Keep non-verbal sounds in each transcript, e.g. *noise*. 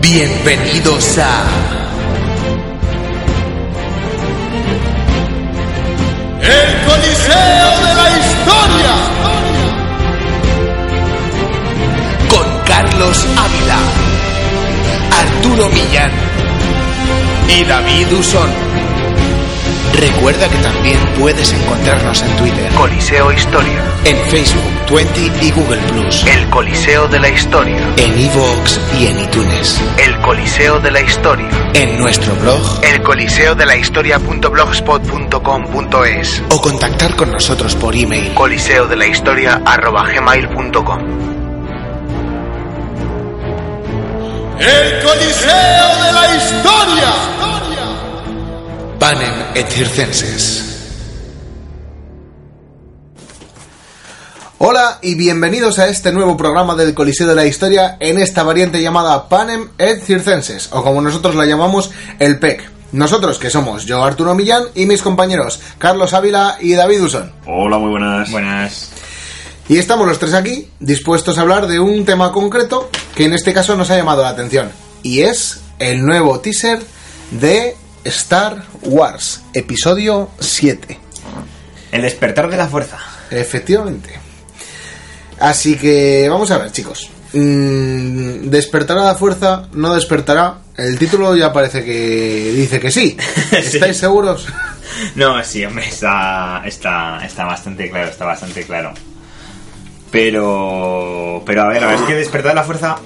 Bienvenidos a. El Coliseo de la Historia. Con Carlos Ávila, Arturo Millán y David Usón. Recuerda que también puedes encontrarnos en Twitter, Coliseo Historia. en Facebook, Twenty y Google Plus, El Coliseo de la Historia. en iVoox y en iTunes, El Coliseo de la Historia. en nuestro blog El Coliseo de la Historia.blogspot.com.es. o contactar con nosotros por email. Coliseo de la Historia arroba gmail.com. El Coliseo de la Historia. Panem et circenses. Hola y bienvenidos a este nuevo programa del Coliseo de la Historia en esta variante llamada Panem et Circenses, o como nosotros la llamamos, el PEC. Nosotros que somos yo, Arturo Millán, y mis compañeros, Carlos Ávila y David Usón. Hola, muy buenas. Buenas. Y estamos los tres aquí, dispuestos a hablar de un tema concreto que en este caso nos ha llamado la atención, y es el nuevo teaser de Star Wars, episodio 7. El despertar de la fuerza. Efectivamente. Así que vamos a ver, chicos. Mm, ¿Despertará la fuerza? ¿No despertará? El título ya parece que dice que *laughs* sí. ¿Estáis seguros? No, sí, hombre, está, está, está bastante claro, está bastante claro. Pero, pero a ver, la verdad es que despertar de la fuerza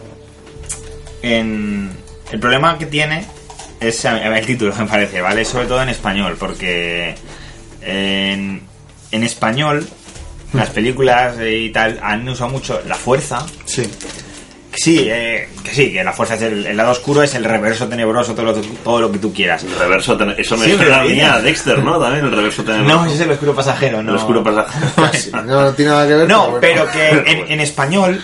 en el problema que tiene es a- a ver, el título, *laughs* me parece, ¿vale? Sobre todo en español, porque en, en español las películas y tal han usado mucho la fuerza Sí. Sí, eh, que sí, que la fuerza es el, el lado oscuro, es el reverso tenebroso, todo lo, todo lo que tú quieras. El reverso ten- Eso me Sí, suena a pero- mí a Dexter, ¿no? También el reverso tenebroso. No, ese es el oscuro pasajero, no. El *laughs* oscuro pasajero. No, no tiene nada que ver. No, bueno. pero *laughs* que en, en español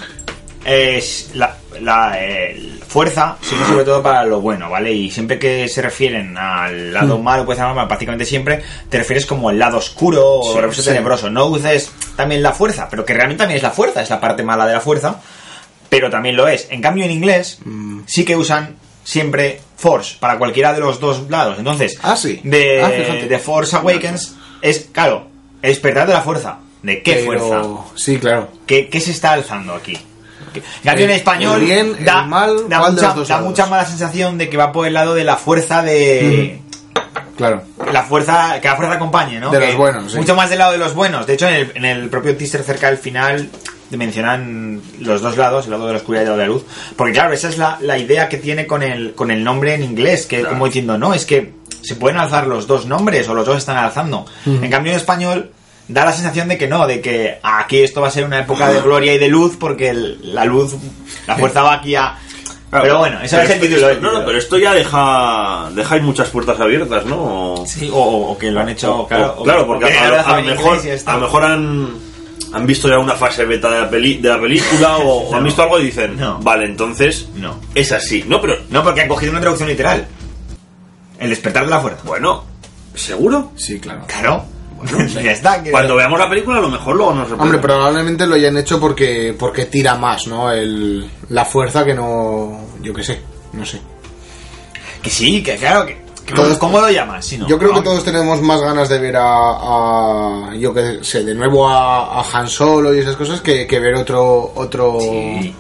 es la, la, eh, fuerza sirve sobre todo para lo bueno, ¿vale? Y siempre que se refieren al lado Hmm. malo, pues mal, prácticamente siempre te refieres como al lado oscuro o reverso tenebroso. No uses también la fuerza, pero que realmente también es la fuerza, es la parte mala de la fuerza, pero también lo es. En cambio, en inglés Hmm. sí que usan siempre force para cualquiera de los dos lados. Entonces, Ah, sí. de, Ah, fíjate. de Force Awakens es, claro, el despertar de la fuerza. ¿De qué Pero- fuerza? Sí, claro. ¿Qué, qué se está alzando aquí? Que- que aquí en El- español el bien, el da, mal, da ¿cuál de mucha, los dos da lados? mucha mala sensación de que va por el lado de la fuerza de... Claro. La fuerza, que la fuerza acompañe, ¿no? De Que los buenos, sí. Mucho más del lado de los buenos. De hecho, en el, en el propio teaser cerca del final mencionan los dos lados, el lado de la oscuridad y el lado de la luz. Porque claro, esa es la, la idea que tiene con el, con el nombre en inglés, que como diciendo, no, es que se pueden alzar los dos nombres o los dos están alzando. En cambio, en español da la sensación de que no, de que aquí esto va a ser una época de gloria y de luz porque el- la luz, la fuerza va aquí a... Pero bueno, eso es el esto- título. ¿eh? el no, no, título. pero esto ya deja. Dejáis muchas puertas abiertas, ¿no? O- Sí, o, o que lo han hecho, o- claro. o- claro, o porque que a, lo a- dejan a en lo mejor, inglés y ya está. a lo mejor han, han visto ya una fase beta de la, peli- de la película o, o han No. visto algo y dicen, No. vale, entonces No. es así. No, pero No, porque han cogido una traducción literal. El despertar de la fuerza. bueno, ¿seguro? Sí, claro. Claro. *laughs* ya está. que- Cuando veamos la película, a lo mejor luego nos sorprende. Hombre, probablemente lo hayan hecho porque porque tira más, ¿no? El, la fuerza que no... Yo qué sé. No sé. Que sí, que claro. Que, que Todos- ¿Cómo lo llamas? Si no, Yo creo que no. todos tenemos más ganas de ver a, a- yo que sé, de nuevo a, a Han Solo y esas cosas que, que ver otro otro Sí.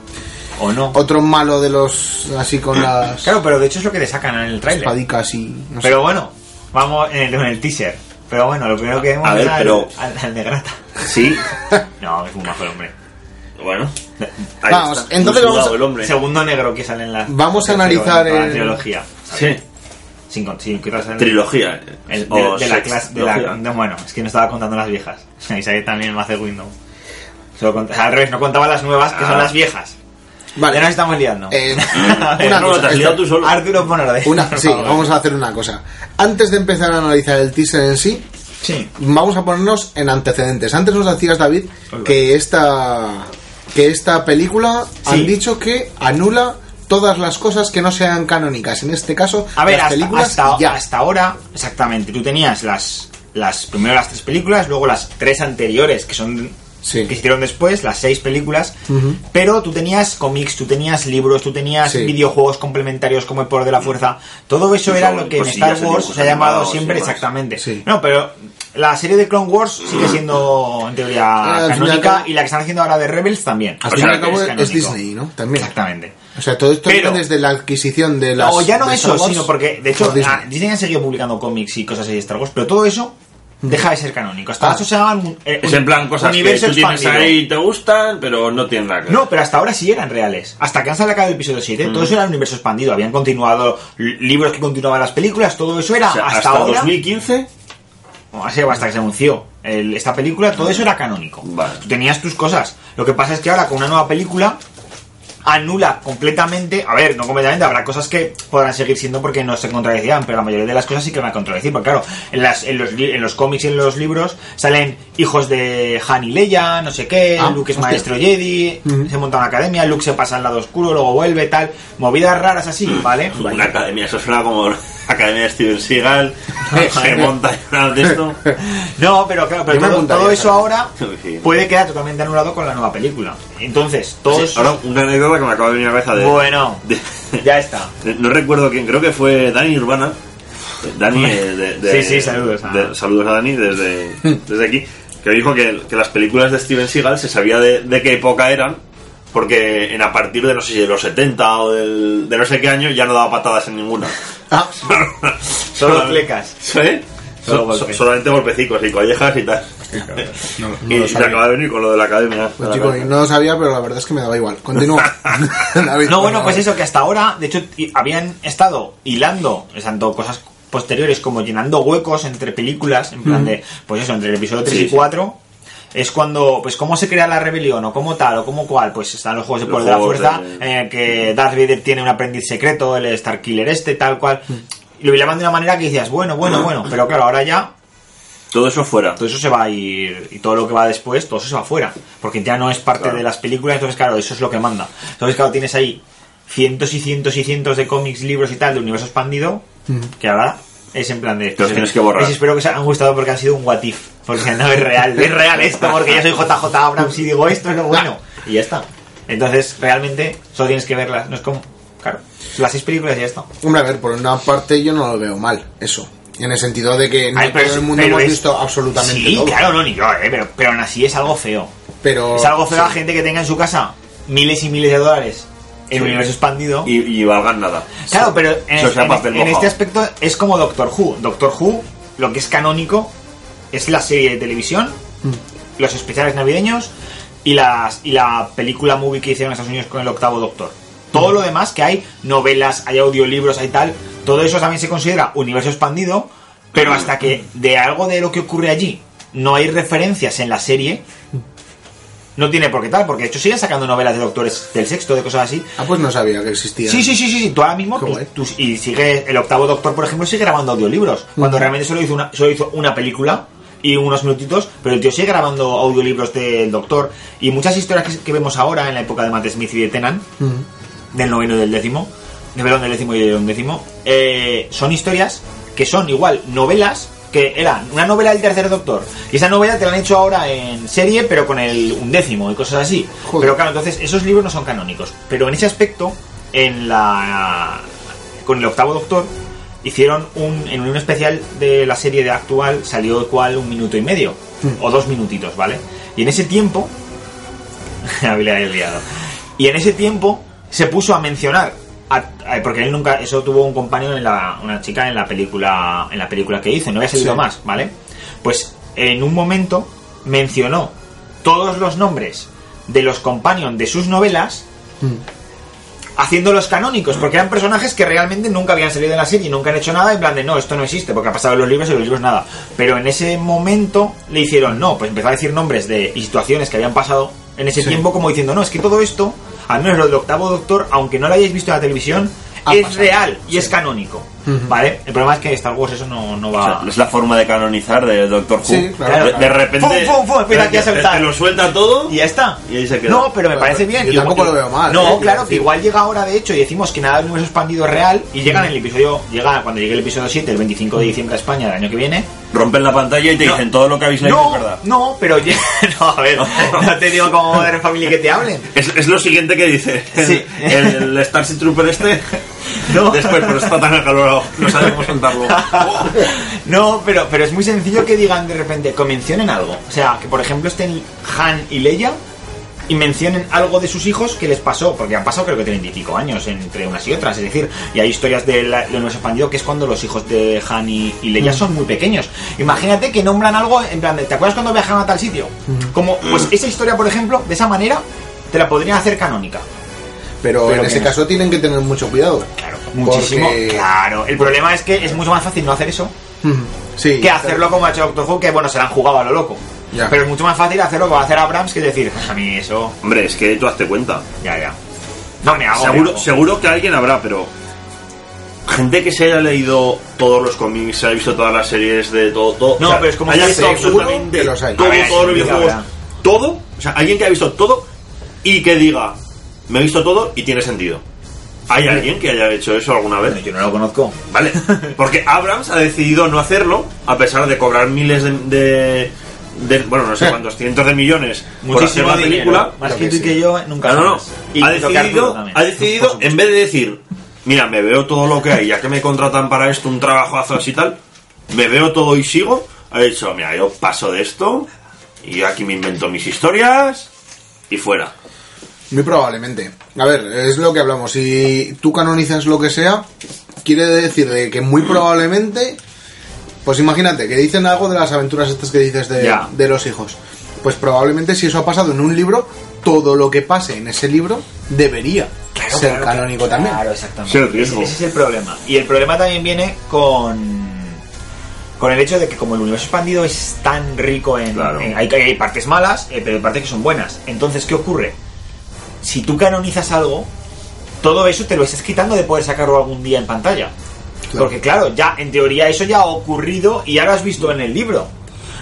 O no. otro malo de los así con *coughs* las Claro, pero de hecho es lo que le sacan en el trailer. espadicas y no sé. Pero bueno, vamos en el, en el teaser. Pero bueno, lo primero que vemos a ver, es al, pero- al- al negrata. Sí, No, es un majo el hombre. bueno. Vamos, entonces Muy vamos a- sudado el hombre. Segundo negro que sale en la. Vamos a la- analizar la el- trilogía. Sí. Sin, con- sin quitarse el- Trilogía. eh. El- de, O de la sex- clase. De la, trilogía. no, bueno, es que no estaba contando las viejas. *laughs* Isaac también me hace Windows. Solo cont- al revés, no contaba las nuevas, que son Ah. las viejas. Vale. Ya nos estamos liando. *laughs* Eh, A ver, una No, cosa, te has liado tú solo. Arturo, pon orden. *laughs* una, por sí, favor. vamos a hacer una cosa. Antes de empezar a analizar el teaser en sí, Sí. vamos a ponernos en antecedentes. Antes nos decías David que esta que esta película han Sí. dicho que anula todas las cosas que no sean canónicas. En este caso, A ver, las hasta, películas hasta, ya. hasta ahora, exactamente, tú tenías las, las primero las tres películas, luego las tres anteriores, que son Sí. que se hicieron después, las seis películas, Ujú. pero tú tenías cómics, tú tenías libros, tú tenías Sí. videojuegos complementarios como el poder de la fuerza, todo eso Sí, era son lo que en cosillas, Star Wars dibujos se ha llamado animados y siempre demás. exactamente. Sí. No, pero la serie de Clone Wars sigue siendo en Eh, al teoría fin y al canónica cabo- y la que están haciendo ahora de Rebels también. Al O fin y sea, al cabo es es, canónico. Disney, ¿no? También. Exactamente. O sea, todo esto Pero- viene desde la adquisición de las. O ya no de eso, Star Wars sino porque, de hecho, por Disney. ah, Disney ha seguido publicando cómics y cosas así de Star Wars, pero todo eso deja de ser canónico. Hasta Ah. eso se llama un- eh, Es un- en plan cosas que universo tú tienes expandido. ahí y te gustan, pero no tienen nada que ver. No, pero hasta ahora sí eran reales. Hasta que han sacado el episodio 7, Mm. todo eso era un universo expandido. Habían continuado li- libros que continuaban las películas, todo eso era O sea, hasta, hasta, ahora. 2015, o sea, hasta que se anunció el- esta película, todo eso era canónico. Vale. Tú tenías tus cosas. Lo que pasa es que ahora con una nueva película anula completamente, a ver, no completamente, habrá cosas que podrán seguir siendo porque no se contradecían, pero la mayoría de las cosas sí que van a contradecir, porque claro, en, las, en, los, li- en los cómics y en los libros salen hijos de Han y Leia, no sé qué, Ah, Luke es hostia. maestro Jedi, se monta una academia, Luke se pasa al lado oscuro, luego vuelve, tal, movidas raras así, ¿vale? una academia, eso suena como *laughs* academia de *laughs* Steven Seagal, se monta una de esto. No, pero claro, pero Yo me todo, apuntaría, todo eso ¿sabes? ahora *laughs* Sí. puede quedar totalmente anulado con la nueva película. Entonces, todo Sí, eso- ahora una anécdota que me acaba de venir a la cabeza de... Bueno, de- ya *laughs* está. Eh, No recuerdo quién, creo que fue Dani Urbana. Dani, eh, de, de- Sí, sí, saludos a- de- saludos a Dani desde, *laughs* desde aquí. Que dijo que, que las películas de Steven Seagal se sabía de, de qué época eran. Porque en a partir de no sé si de los 70 o del- de no sé qué año ya no daba patadas en ninguna. Ah, *laughs* Solo flecas. ¿Sí? Solo So- so- golpes. solamente golpecicos y collejas y tal. *laughs* no, no y lo se sabía. acaba de venir con lo de la academia. Pues, chico, no lo sabía, pero la verdad es que me daba igual. *laughs* Continúa. *laughs* David, No, bueno, perdona. pues eso, que hasta ahora, de hecho, y- habían estado hilando, tanto cosas posteriores como llenando huecos entre películas, en plan de, pues eso, entre el episodio 3 Mm. Sí, y sí. 4. Es cuando, pues, cómo se crea la rebelión, o cómo tal, o cómo cual, pues están los juegos de Los poder de la juegos fuerza, de- en el que Darth Vader tiene un aprendiz secreto, el Starkiller este, tal cual. Mm. Y lo llaman de una manera que decías, bueno, bueno, *clears throat* bueno, pero claro, ahora ya Todo eso fuera. todo eso se va a ir y todo lo que va después, todo eso se va fuera, porque ya no es parte Claro. de las películas, entonces claro, eso es lo que manda. Entonces claro, tienes ahí cientos y cientos y cientos de cómics, libros y tal de universo expandido, que ahora es en plan de... los tienes que borrar. Les espero que os han gustado porque han sido un what if, porque no es real, es real esto, porque yo soy JJ Abrams y digo esto es lo bueno, y ya está. Entonces realmente solo tienes que verlas, no es como... Claro, las seis películas y ya está. Hombre, a ver, por una parte yo no lo veo mal, eso. En el sentido de que no Ay, pero todo el es- mundo pero hemos es- visto absolutamente Sí, todo. claro, no, ni yo, eh, pero, pero aún así es algo feo. Pero, Es algo feo a sí. gente que tenga en su casa miles y miles de dólares el Sí. universo expandido. Y, y valgan nada. claro, pero en, Eso sea en- papel en este mojado. aspecto es como Doctor Who. Doctor Who, lo que es canónico, es la serie de televisión, los especiales navideños y, las, y la película movie que hicieron en Estados Unidos con el octavo Doctor. Todo lo demás que hay, novelas, hay audiolibros, hay tal, todo eso también se considera universo expandido, pero hasta que de algo de lo que ocurre allí no hay referencias en la serie, no tiene por qué tal, porque de hecho siguen sacando novelas de doctores del sexto, de cosas así, Ah, pues no sabía que existía. Sí, sí, sí, sí, sí. Tú ahora mismo Qué tú- guay. tú- y sigue el octavo Doctor, por ejemplo, sigue grabando audiolibros. Cuando realmente solo hizo una, solo hizo una película y unos minutitos, pero el tío sigue grabando audiolibros del Doctor y muchas historias que, que vemos ahora en la época de Matt Smith y de Tennant, Ujú. del noveno y del décimo, de perdón, del décimo y del undécimo, eh, son historias que son igual novelas que eran una novela del tercer doctor. Y esa novela te la han hecho ahora en serie, pero con el undécimo y cosas así. Joder. Pero claro, entonces esos libros no son canónicos. Pero en ese aspecto, en la. con el octavo doctor. Hicieron un. En un especial de la serie de actual salió cual un minuto y medio. O dos minutitos, ¿vale? Y en ese tiempo *laughs* habilidad del liado. Y en ese tiempo se puso a mencionar, a- a- porque él nunca, eso tuvo un compañero en la, una chica en la película, en la película que hizo, no había salido Sí. más, ¿vale? Pues en un momento mencionó todos los nombres de los companions de sus novelas, haciéndolos canónicos, porque eran personajes que realmente nunca habían salido en la serie y nunca han hecho nada, en plan de no, esto no existe, porque ha pasado en los libros y en los libros nada. Pero en ese momento le hicieron no, pues empezó a decir nombres de y situaciones que habían pasado en ese tiempo, como diciendo, no, es que todo esto, al menos lo del octavo doctor, aunque no lo hayáis visto en la televisión, Ha es pasado. real y es canónico. ¿Vale? El problema es que Star Wars eso no, no O va. sea, es la forma de canonizar de Doctor Who. Sí, claro, de, claro. de repente. Fum, fum, fum, mira, aquí a te- te- saltar. te lo suelta todo. Y ya está. Y ahí se queda. No, pero me parece bien. Yo Y- tampoco y- lo veo mal, eh, No, quiero claro, que decir. igual llega ahora, de hecho, y decimos que nada del universo expandido es real. Y llegan en el episodio, llega cuando llegue el episodio 7, el 25 de diciembre a España del año que viene. Rompen la pantalla y te No. dicen todo lo que habéis leído No, es verdad. no, pero *laughs* ya- no, a ver, *laughs* no te digo como Modern Family que te hablen. Es, es lo siguiente que dice el, Sí. el, Starship Trooper este. *laughs* No. Después, pero está tan acalorado, no sabemos *laughs* contarlo. No, pero, pero es muy sencillo que digan de repente que mencionen algo. O sea, que por ejemplo estén Han y Leia y mencionen algo de sus hijos que les pasó, porque han pasado creo que 30 y pico años entre unas y otras. Es decir, y hay historias del de universo expandido que es cuando los hijos de Han y, y Leia son muy pequeños. Imagínate que nombran algo en plan de, ¿te acuerdas cuando viajaron a tal sitio? Como, pues esa historia, por ejemplo, de esa manera, te la podrían hacer canónica. Pero, Pero en que ese no. caso tienen que tener mucho cuidado. Claro, muchísimo. Porque- Claro, el problema es que es mucho más fácil no hacer eso Ujú. *laughs* Sí. que hacerlo como ha hecho Doctor Who, que bueno, se la han jugado a lo loco. Ya. Pero es mucho más fácil hacerlo como va a hacer Abrams que decir, "Pues a mí eso, Hombre, es que tú hazte cuenta. ya, ya. No me hago. me Seguro, hago. seguro que alguien habrá, pero. Gente que se haya leído todos los cómics, se haya visto todas las series de todo. todo No, pero es como haya que visto seguro absolutamente que los hay. Todo, A ver, todos los diga, videojuegos. habrá. Todo. O sea, alguien que haya visto todo y que diga, me he visto todo y tiene sentido. ¿Hay alguien que haya hecho eso alguna vez? Bueno, *laughs* Yo no lo conozco. Vale, porque Abrams ha decidido no hacerlo, a pesar de cobrar miles de. de- de- *laughs* bueno, no sé cuántos, cientos de millones por hacer Muchísimo la dinero. película. Más Lo que que tú y sí. que yo, nunca No, no, no. jamás. Y tocar Ha duro decidido, también. ha decidido, en vez de decir, mira, me veo todo lo que hay, ya que me contratan para esto, un trabajazo así y tal, me veo todo y sigo, ha dicho, mira, yo paso de esto, y yo aquí me invento mis historias, y fuera. Muy probablemente. A ver, es lo que hablamos. Si tú canonizas lo que sea, quiere decir de que muy probablemente. Pues imagínate, que dicen algo de las aventuras estas que dices de, Ya. de los hijos. Pues probablemente si eso ha pasado en un libro, todo lo que pase en ese libro debería Claro, ser claro, canónico claro, también. Claro, exactamente. Ser riesgo. Ese, ese es el problema. Y el problema también viene con con el hecho de que como el universo expandido es tan rico en, Claro. en- hay, hay partes malas, eh, pero hay partes que son buenas. Entonces, ¿qué ocurre? Si tú canonizas algo, todo eso te lo estás quitando de poder sacarlo algún día en pantalla. Claro. Porque claro, ya en teoría eso ya ha ocurrido y ya lo has visto en el libro.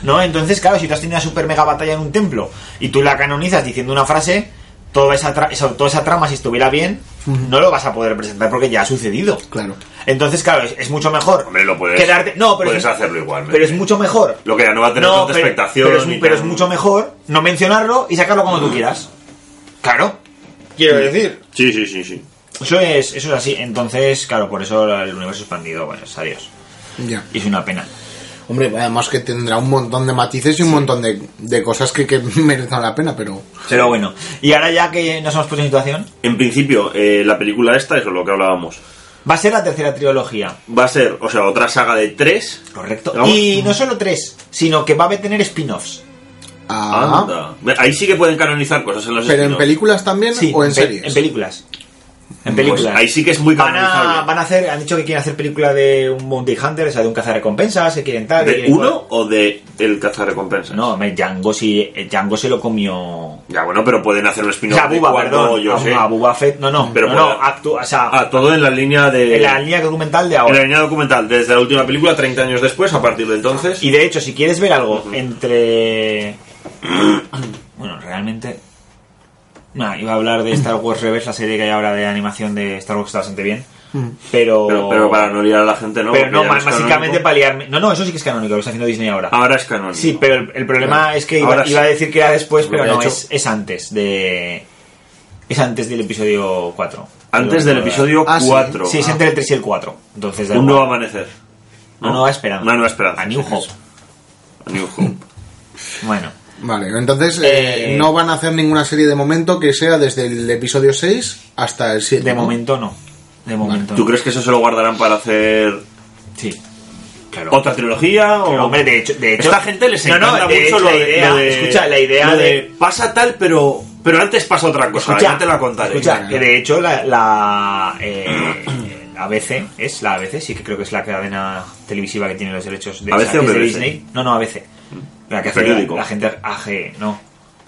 ¿No? Entonces, claro, si tú has tenido una super mega batalla en un templo y tú la canonizas diciendo una frase, toda esa, tra- esa- toda esa trama, si estuviera bien, no lo vas a poder presentar porque ya ha sucedido. Claro. Entonces, claro, es, es mucho mejor Hombre, lo puedes- quedarte. No, pero puedes es, hacerlo igualmente. Pero es mucho mejor. Lo que ya no va a tener tanta expectación Pero es, ni pero tan- es mucho mejor no mencionarlo y sacarlo cuando tú quieras. Claro. Quiero decir. Sí, sí, sí, sí. Eso es, eso es así. Entonces, claro, por eso el universo expandido, bueno, es adiós. Ya. Y es una pena. Hombre, además que tendrá un montón de matices y un montón de, de cosas que, *laughs* que merecen la pena, pero. Pero bueno. Y ahora ya que nos hemos puesto en situación, En principio, eh, la película esta, eso es lo que hablábamos, va a ser la tercera trilogía. va a ser, o sea, otra saga de tres. Correcto. Vamos. Y no solo tres, sino que va a tener spin-offs. Ah, pues Anda. Ahí sí que pueden canonizar cosas en los pero en spin-offs. películas también Sí, o en pe- series. En películas. En películas. Pues ahí sí que es muy van a, canonizable. van a hacer, han dicho que quieren hacer película de un Bounty Hunter, o sea, de un cazarrecompensas, que quieren tal. que ¿De quieren cual. uno o de el cazarrecompensas? No, me- Django, sí, eh, Django se lo comió. Ya, bueno, pero pueden hacer un O spin-off sea, de Bubba, cuando perdón. yo a, sé. a Bubba Fett, no, no, Pero no, por no, la- actu- o sea, Ah, todo en la línea de... en la línea documental de en la ahora. línea documental. Desde la última película, 30 años después, a partir de entonces... Y de hecho, si quieres ver algo entre. *clears throat* Bueno, realmente. Nah, iba a hablar de *clears throat* Star Wars Rebels, la serie que hay ahora de animación de Star Wars, está bastante bien. Pero. Pero, pero para no liar a la gente, ¿no? Pero no, Porque ya más- es básicamente canónico. para liarme. No, no, eso sí que es canónico, lo está haciendo Disney ahora. Ahora es canónico. Sí, pero el, el problema Claro. es que iba, Ahora sí. iba a decir que era después, Lo pero hubiera no, hecho. es, es antes de. Es antes del episodio 4. Antes del episodio Ah, sí. 4. Sí, es entre el 3 y el 4. Entonces, da Un igual. nuevo amanecer. Una nueva esperanza. Una nueva esperanza. A New Hope. New Hope. *laughs* Bueno. Vale, entonces eh, Eh, no van a hacer ninguna serie de momento que sea desde el episodio 6 hasta el 7. De ¿no? momento no. De momento ¿Tú no. crees que eso se lo guardarán para hacer Sí. Claro. otra trilogía? Pero, o... hombre, de hecho, de hecho. Esta gente les No, no, encanta de mucho hecho, la lo, de- idea, lo de. Escucha, la idea lo de. Pasa tal, pero. Pero antes pasa otra cosa. Escucha, Pues ya te la contaré. Escucha, que de hecho la, la eh, ABC es la ABC, sí que creo que es la cadena televisiva que tiene los derechos de, ¿ABC esa- que o es de BBC? Disney. No, no, ABC. La que hace Mm. Periódico. la, la gente AG, E no.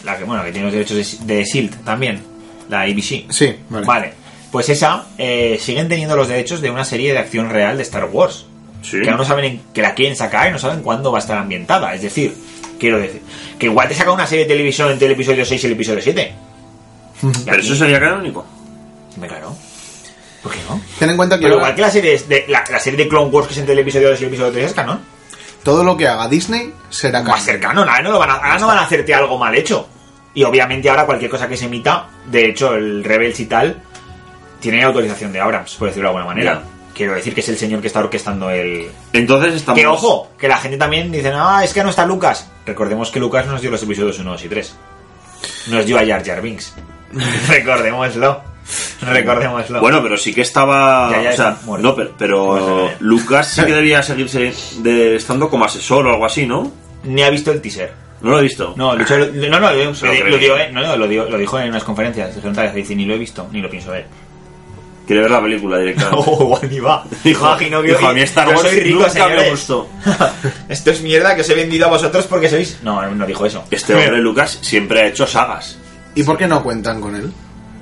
La que bueno, que tiene los derechos de, de Shield también, la ABC. Sí, vale. Vale. Pues esa eh, siguen teniendo los derechos de una serie de acción real de Star Wars. Sí. Que aún no saben en- que la quieren sacar y no saben cuándo va a estar ambientada. Es decir, quiero decir, que igual te saca una serie de televisión entre el episodio 6 y el episodio 7. Pero eso sería canónico. Me claro. ¿Por qué no? Ten en cuenta que Pero ahora igual que la serie de, la, la serie de Clone Wars que es entre el episodio 2 y el episodio 3 es canon. todo lo que haga Disney será Va a canon. ser canon, ahora no, lo van a, ahora no van a hacerte algo mal hecho. Y obviamente ahora cualquier cosa que se emita, de hecho el Rebels y tal, tiene autorización de Abrams, por decirlo de alguna manera. Ya. Quiero decir que es el señor que está orquestando el... Entonces estamos. Que ojo, que la gente también dice, ah, es que no está Lucas. Recordemos que Lucas nos dio los episodios 1, 2 y 3. Nos dio a Jar Jar *laughs* Binks. Recordémoslo. Recordémoslo. Bueno, pero sí que estaba. Ya, ya o sea, está muerto. no, pero, pero No pasa nada. Lucas sí *laughs* que debía seguirse de, estando como asesor o algo así, ¿no? Ni ha visto el teaser. No lo he visto. No, Lucho, lo- no, no, lo, Se lo lo- cree. lo dio, eh, no, no, lo, dio- lo dijo en unas conferencias. Dijeron tal, dice, ni lo he visto, ni lo pienso *laughs* ver. Quiere ver la película directamente. *laughs* Oh, igual ni va. *laughs* Dijo- Imagino que- dijo, a mí Star yo Wars soy rico, nunca señores. me gustó. *laughs* Esto es mierda que os he vendido a vosotros porque sois... No, no dijo eso. Este hombre, Lucas, siempre ha hecho sagas. ¿Y por qué no cuentan con él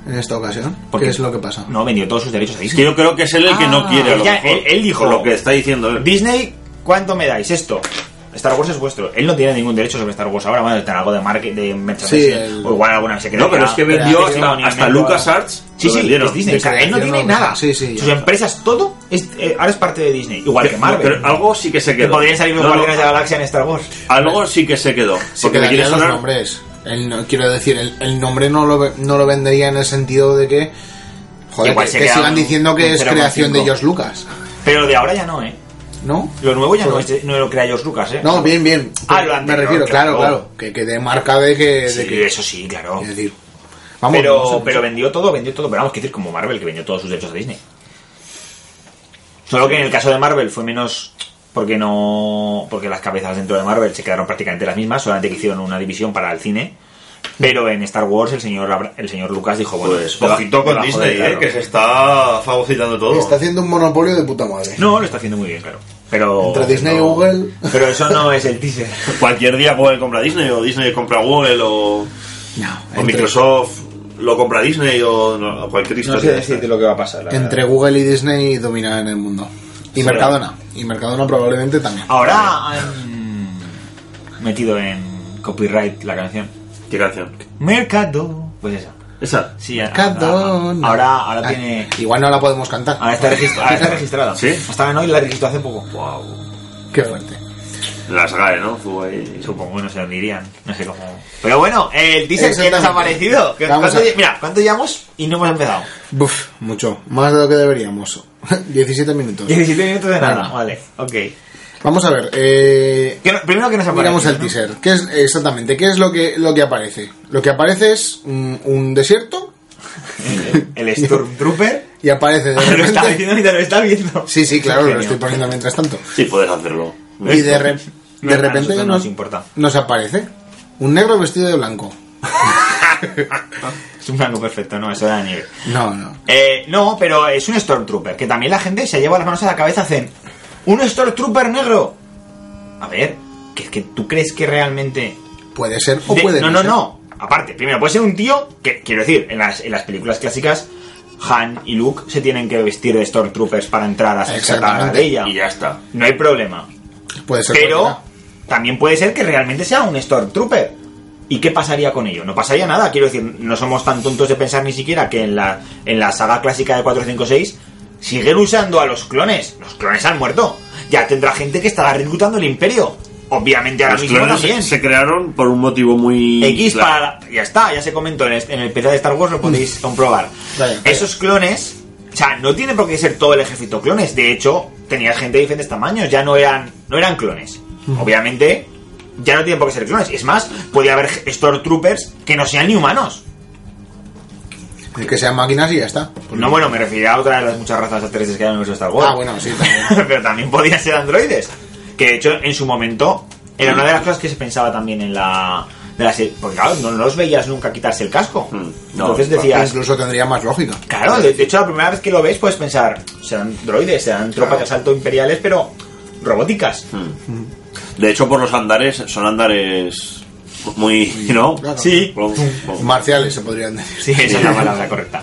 en esta ocasión? ¿Por ¿Qué qué? es lo que pasa? No, vendió todos sus derechos a Es que Disney. yo creo que es él el que no Mm. Ah, quiere, a lo ya, mejor. él- él dijo- Por lo que está diciendo él. Disney, ¿cuánto me dais esto? Star Wars es vuestro. Él no tiene ningún derecho sobre Star Wars ahora. Bueno, tendrá algo de marketing, de merchandising. Sí, el- O igual alguna secretaria. No, pero es que vendió hasta, hasta LucasArts. Sí, lo sí, vendieron. es Disney. O sea, él no tiene Creación, nada. sí, sí, ya Sus está. empresas, todo, es- eh, ahora es parte de Disney. Igual que No, Marvel. pero algo sí que se Que quedó. podrían salir los No, no, Guardianes de la Galaxia en Star Wars. Algo sí que se quedó. Se Porque me quiere quedarían los sonar. nombres. El no- quiero decir, el, el nombre no lo, ve- no lo vendería en el sentido de que. Joder, Igual que, se que queda sigan un- diciendo que un es 0,5. creación de George Lucas, Pero de ahora ya no, ¿eh? ¿no? Lo nuevo ya no, Pues es, no lo crea George Lucas, ¿eh? No, bien, bien. Ah, lo me anterior, refiero, claro, claro. claro. Que, que de marca de que. de Sí, que- eso sí, claro. es decir, vamos. no sé, pero, no pero sé. vendió todo, vendió todo. Pero vamos, que decir como Marvel, que vendió todos sus derechos a Disney. Solo que en el caso de Marvel fue menos porque no porque las cabezas dentro de Marvel se quedaron prácticamente las mismas, solamente que hicieron una división para el cine. Pero en Star Wars el señor Abra- el señor Lucas dijo, bueno, Pues, deba- ojito con debajo Disney, del carro. eh, que se está fagocitando todo. Está haciendo un monopolio de puta madre. No, lo está haciendo muy bien, claro. Pero Entre Disney y no- Google. Pero eso no es el teaser. Cualquier día Google compra Disney, o Disney compra Google, o, o entre- Microsoft lo compra Disney, o, no, o cualquier historia. de estas. lo que va a pasar. Entre Google y Disney dominarán el mundo. Y Mercadona. Y Mercadona probablemente también. Ahora han metido en copyright la canción. ¿Qué canción? Mercado. Pues esa. Esa. Sí, ahora- Mercadona. Ahora, ahora Ah, tiene. Ah. Igual no la podemos cantar. Ahora está, registra- ahora está registrada. ¿Sí? Estaba en hoy la registró hace poco. Qué fuerte. Las GAE, ¿no? Fue ahí. Supongo, no se dirían. No sé cómo. Pero bueno, el teaser que nos Exactamente. ha parecido. ¿Qué- Vamos ¿cuánto a- lle- Mira, ¿cuánto llevamos y no hemos *laughs* empezado? Buf, mucho. Más de lo que deberíamos. *laughs* 17 minutos. 17 minutos de nada. Bueno. Vale, ok. Vamos a ver. Eh, Que no- primero que nos ha miramos parecido, el ¿no? teaser. ¿Qué es, exactamente, ¿qué es lo que, lo que aparece? Lo que aparece es mm, un desierto El Stormtrooper. y aparece *laughs* de *laughs* lo está repente... diciendo y te lo está viendo. Sí, sí, claro, Genio. lo estoy poniendo mientras tanto. Sí, puedes hacerlo. Y de, re- No, de a repente nosotros no nos, nos importa. nos aparece un negro vestido de blanco. Es un blanco perfecto, no, eso era de nieve. No, no. Eh, no, pero es un Stormtrooper, que también la gente se lleva las manos a la cabeza, hacen un Stormtrooper negro. A ver, que, que tú crees que realmente... Puede ser o de- puede no, no no, ser. no. Aparte, primero, puede ser un tío que, quiero decir, en las, en las películas clásicas, Han y Luke se tienen que vestir de Stormtroopers para entrar a rescatar a Exactamente. ella. Y ya está. No hay problema. Puede ser Pero cualquiera. también puede ser que realmente sea un Stormtrooper. ¿Y qué pasaría con ello? No pasaría nada. Quiero decir, no somos tan tontos de pensar ni siquiera que en la, en la saga clásica de 456 siguen usando a los clones. Los clones han muerto. Ya tendrá gente que estará reclutando el imperio. Obviamente ahora Los mismo clones se, también. se crearon por un motivo muy. X claro. para... Ya está, ya se comentó en el, en el PC de Star Wars, lo podéis comprobar. Vale, vale. Esos clones... O sea, no tiene por qué ser todo el ejército clones. De hecho, tenía gente de diferentes tamaños. Ya no eran, no eran clones. Obviamente, ya no tienen por qué ser clones. Es más, puede haber Stormtroopers que no sean ni humanos. El que sean máquinas y ya está. Pues No, bueno, me refería a otra de las muchas razas asteristas que hay en el universo de Star Wars. Ah, bueno, sí, también. *laughs* pero también podían ser androides. Que de hecho, en su momento, era una de las cosas que se pensaba también en la. De la serie. Porque claro, no, no los veías nunca quitarse el casco. Mm, no, Entonces Pues decías. Incluso tendría más lógica. Claro, de, de hecho, la primera vez que lo ves puedes pensar, serán droides, serán tropas de asalto imperiales, pero robóticas. De hecho, por los andares, son andares muy, ¿no? Claro. Sí. Plum, plum. Marciales, se podrían decir. Oh. Sí, esa es la palabra correcta.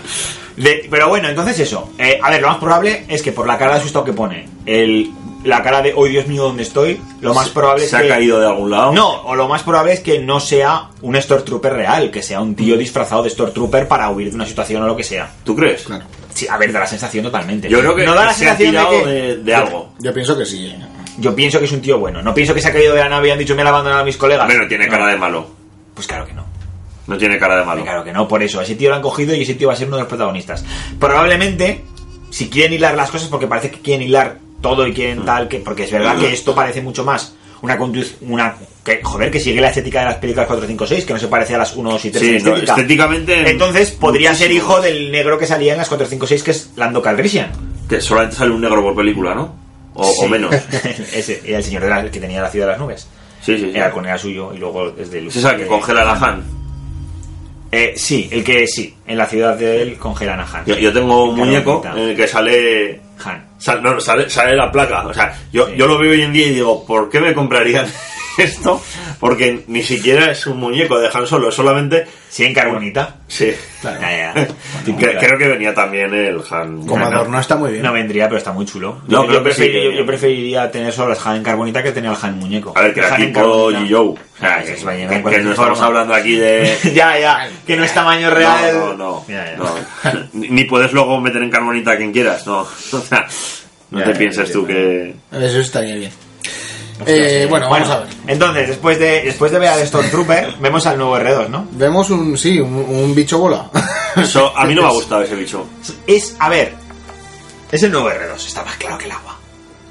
De- pero bueno, entonces eso. Eh, a ver, lo más probable es que por la cara de asustado que pone, el, la cara de, hoy Dios mío, ¿dónde estoy? Lo más probable es se ha que... caído de algún lado. No, o lo más probable es que no sea un Stormtrooper real, que sea un tío disfrazado de Stormtrooper para huir de una situación o lo que sea. ¿Tú crees? Claro. Sí, a ver, da la sensación totalmente. Yo creo que no da la se ha sensación de tirado que- de, de algo. Yo pienso que sí. ¿eh? Yo pienso que es un tío bueno. No pienso que se ha caído de la nave y han dicho me han abandonado a mis colegas. Hombre, no tiene cara de malo. Pues claro que no. No tiene cara de malo. Claro que no, por eso. A Ese tío lo han cogido y ese tío va a ser uno de los protagonistas. Probablemente, si quieren hilar las cosas, porque parece que quieren hilar todo y Mm. quieren tal, que, porque es verdad que esto parece mucho más una condu- una que, joder, que sigue la estética de las películas 4, 5, 6, que no se parece a las 1, 2 y 3 Sí, en no, estética. estéticamente- Entonces podría ser muchísimo. hijo del negro que salía en las 4, 5, 6, que es Lando Calrissian. Que solamente sale un negro por película, ¿no? O, o Sí. *laughs* menos. Ese, era el señor de la- que tenía la ciudad de las nubes. Sí, sí. sí. Era con era suyo y luego es de Es esa que congela la Han. Eh, sí, el que sí, en la ciudad de él congelan a Han. Yo, yo tengo un Claro, muñeco bonita. en el que sale. Han. sal- no, sale, sale la placa. O sea, yo, Sí. yo lo veo hoy en día y digo, ¿por qué me comprarían *laughs* esto? Porque ni siquiera es un muñeco de Han Solo, es solamente. Sí, en carbonita. Sí. *laughs* Ya, ya. Que- creo que venía también el Han. Como Bueno, adorno está muy bien. No vendría, pero está muy chulo. No, yo, creo yo que sí preferiría, que- yo- yo preferiría tener solo al Han en carbonita que tener al Han en muñeco. A ver, que El era Han en tipo carbonita. G.I.O. O sea, Ah, que, se va a llevar que- cualquier que no estamos forma. hablando aquí de. *laughs* ya, ya. Que no es tamaño *laughs* real. No, no, no. Ya, ya. no. Ni- Ni puedes luego meter en carbonita a quien quieras, no. *laughs* O sea, no Ya, te ya, pienses ya, *laughs* tú que. Eso estaría bien. Eh, bueno, vamos a ver. Entonces, después de, después de ver al *laughs* Stormtrooper, vemos al nuevo R2, ¿no? Vemos un, sí, un, un bicho *laughs* bola. Eso, a mí no me ha gustado ese bicho. Es, a ver. Es el nuevo R2, está más claro que el agua.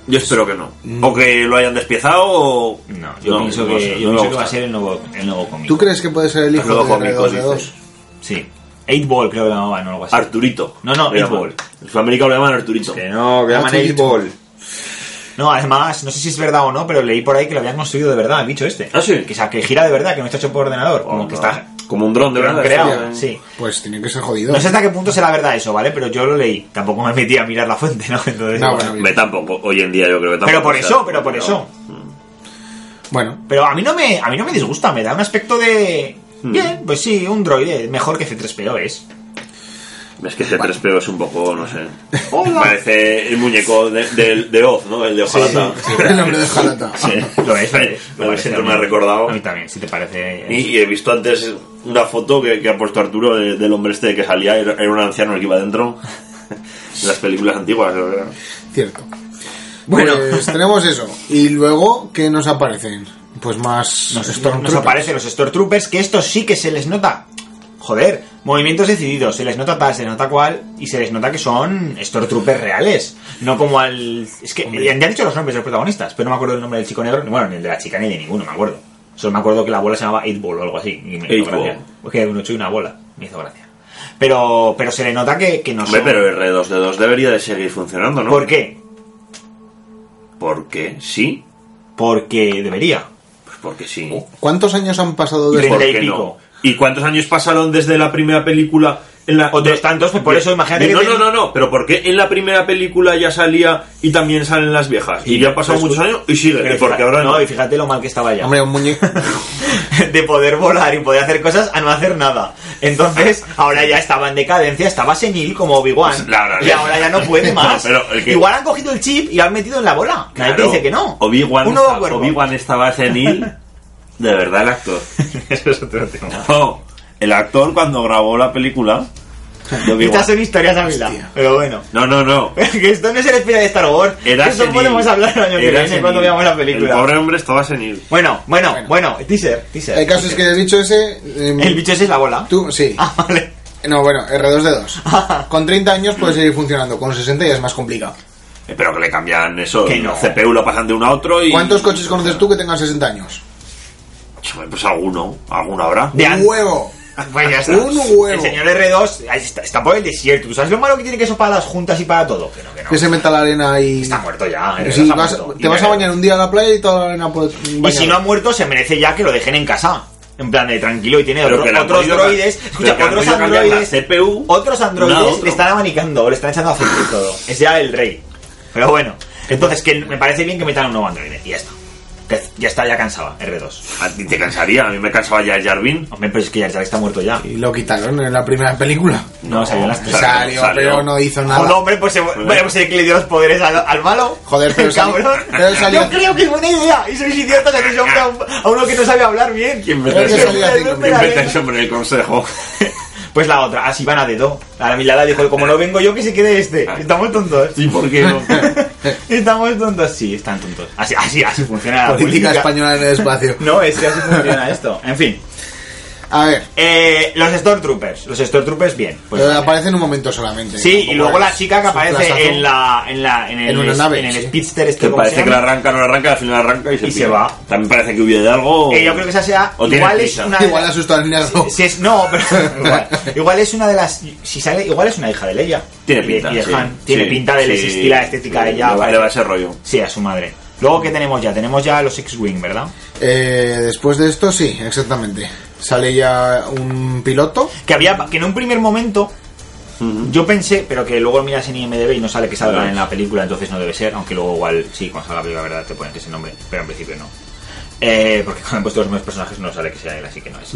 Yo espero que no. O que lo hayan despiezado o. No, yo pienso, no, que, yo no me pienso que gusta. va a ser el nuevo, el nuevo cómic. ¿Tú crees que puede ser el hijo Luego de pues, cómico, R2 de dice. 2? Sí. 8 Ball creo que lo llamaban, no algo así. Arturito. No, no, Le Eight llaman. Ball. En Sudamérica lo llaman Arturito. Que no, que llaman Arturito. Eight Ball. No, además, no sé si es verdad o no, pero leí por ahí que lo habían construido de verdad, el bicho este. Ah, sí. Que, o sea, que gira de verdad, que no está hecho por ordenador. O como Oh, no. que está Como un dron de verdad. ¿eh? creado, ¿eh? sí. Pues tiene que ser jodido. No sé hasta qué punto será verdad eso, ¿vale? Pero yo lo leí. Tampoco me metí a mirar la fuente, ¿no? Entonces, No, bueno. bueno. Me tampoco, hoy en día yo creo que tampoco. Pero por o sea, eso, pero por eso. *laughs* Bueno, Pero a mí no me, a mí no me disgusta, me da un aspecto de... Hmm. Bien, pues sí, un droide, mejor que C3PO es. Es que ese 3PO es un poco, no sé. Parece el muñeco de, de, de Oz, ¿no? El de Ojalata. el hombre de Jalata. Lo es, lo es. *laughs* Lo parece siento, a mí. me ha recordado. A mí también, si te parece... Y, y he visto antes una foto que, que ha puesto Arturo de- del hombre este que salía, era, era un anciano el que iba dentro. *laughs* De las películas antiguas, la ¿verdad? Cierto. Bueno. Pues tenemos eso. Y luego, ¿qué nos aparecen? Pues más nos, Stormtroopers. nos aparecen los Stormtroopers, que estos sí que se les nota. Joder, movimientos decididos, se les nota tal, se les nota cual, y se les nota que son Stormtroopers reales. No como al. Es que ya han dicho los nombres de los protagonistas, pero no me acuerdo el nombre del chico negro, ni- bueno, ni el de la chica ni de ninguno, me acuerdo. Solo me acuerdo que la bola se llamaba 8 Ball o algo así. Y me hizo Eight Ball. gracia. Es que un ocho y una bola, me hizo gracia. Pero, pero se le nota que, que no Hombre, son. pero R2D2 debería de seguir funcionando, ¿no? ¿Por qué? Porque sí. Porque debería. Pues porque sí. ¿Cuántos años han pasado Y desde ¿Por Oh, Treinta y qué pico. no? ¿Y cuántos años pasaron desde la primera película? En la, Otros de- tantos, pues por de- eso imagínate de- que no, no, tiene- no, no, pero ¿por qué en la primera película ya salía y también salen las viejas? Y, ya han pasado Pero muchos escucha- años y sigue. Pues Pero ¿Y porque fíjate- ahora no? no, y fíjate lo mal que estaba ya. Hombre, un *laughs* muñeco. de poder volar y poder hacer cosas a no hacer nada. Entonces, ahora ya estaba en decadencia, estaba senil como Obi-Wan. Pues, La verdad y ahora ya no *laughs* puede más. No, pero el que- Igual han cogido el chip y lo han metido en la bola. Nadie te Claro, dice que no. Obi-Wan Un nuevo estaba- cuerpo. Obi-Wan estaba senil. *laughs* De verdad, el actor. Eso es otro tema. No, el actor cuando grabó la *laughs* película de Obi-Wan. Estas son historias a Pero bueno. *laughs* No, no, no. que esto no es el espía de Star Wars. Era Esto senil. podemos hablar el año que Era viene senil. cuando veamos la película. El pobre hombre estaba senil. Bueno, bueno, bueno, Teaser, teaser. El caso es que el bicho ese. eh, El bicho ese es la bola. Tú, sí. Ah, *laughs* vale. No, bueno, *laughs* R2D2. Con 30 años puede seguir funcionando, con 60 ya es más complicado. Eh, Pero que le cambian eso. Que no. CPU lo pasan de uno a otro y. ¿Cuántos coches conoces tú que tengan 60 años? Pues alguno, alguno habrá. De ¡Un antes. huevo! Pues ya está. Un huevo. El señor R2 ahí está, está por el desierto. ¿Tú sabes lo malo que tiene que eso para las juntas y para todo? Que no, que no. Que se meta la arena y. Está muerto ya. el Sí, R2 ha vas- muerto. te Y vas a me- bañar un día a la playa y toda la arena puede. Y si no ha muerto, se merece ya que lo dejen en casa. En plan de tranquilo y tiene Pero otro- que le han otros podido droides. ca- Escucha, pero que le otros han podido cambiar androides. la CPU otros androides de un lado a otro. le están abanicando o le están echando aceite y todo. Es ya el rey. Pero bueno. Entonces, que me parece bien que metan un nuevo androide. Y ya está. que ya está, ya cansaba, R2. A ti te cansaría, a mí me cansaba ya Jarvin. Hombre, pero es que ya ya está muerto ya. Y lo quitaron en la primera película. No, salió en las tres. Salió, Salió, salió. pero no hizo nada. Joder, hombre, pues se, bueno, pues el que le dio los poderes al, al malo. Joder, *laughs* pero salió- cabrón. pero salió- Yo creo que es buena idea. Y sois idiotas que sois hombre a, un- a uno que no sabe hablar bien. ¿Quién me Creo que traes- salía así quién con- me traes hombre el consejo? *laughs* *laughs* Pues la otra, así van a dedo. A la milada dijo, como no vengo yo, que se quede Ah. este. Estamos tontos. ¿Y por qué no? *laughs* Estamos tontos, sí, están tontos. Así, así, así funciona la Política política. española en el espacio. No, es que así funciona esto. En fin. *laughs* A ver, Eh, los Stormtroopers. Los Stormtroopers, bien. Pues, pero aparece en un momento solamente. Sí, y Tampoco luego es la chica que un flashazo. aparece *laughs* en la en la en el, En una nave, en el sí. speedster este Que ¿cómo se parece que la llama? arranca, no la arranca, al final arranca y se, Y se pira. va. También parece que hubiera de algo. Eh, yo creo que esa sea O tiene igual es prisa. una Igual asustó al negro. si es no, *laughs* pero igual, igual es una de las si sale igual es una hija de Leia. Tiene Y de- pinta. y de sí. Han. Tiene Sí, pinta de sí. les estila estética a ella. Le va- parece- le va a ese rollo. Sí, a su madre. Luego qué tenemos ya? Tenemos ya los X-wing, ¿verdad? Eh, después de esto, sí, exactamente. Sale ya un piloto. Que había que en un primer momento yo pensé, pero que luego miras en IMDb y no sale que salga Claro. en la película, entonces no debe ser, aunque luego igual sí, cuando salga la película, verdad, te ponen que es el nombre, pero en principio no. Eh, porque cuando han puesto los mismos personajes no sale que sea él, así que no es.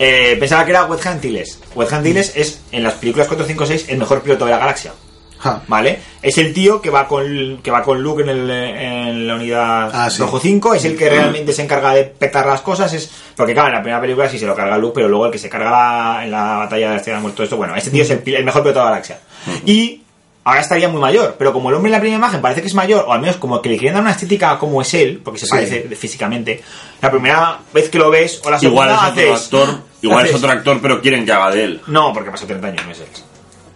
Eh, pensaba que era Wes Antilles. Wes Antilles es, en las películas 4, 5, 6, el mejor piloto de la galaxia. Ja. ¿Vale? Es el tío que va con, que va con Luke en, el, en la unidad Ah, sí. Rojo 5, es el que realmente se encarga de petar las cosas, es porque claro, en la primera película sí se lo carga Luke, pero luego el que se carga la- en la batalla de Estrella Muerto, esto, bueno, este tío es el, pil- el mejor piloto de la galaxia. Mm. Y ahora estaría muy mayor, pero como el hombre en la primera imagen parece que es mayor, o al menos como que le quieren dar una estética como es él, porque se Sí. parece físicamente, la primera vez que lo ves, o la segunda Igual es otro haces- *laughs* actor. Igual es haces- otro actor, pero quieren que haga de él. No, porque pasó 30 años, no es él.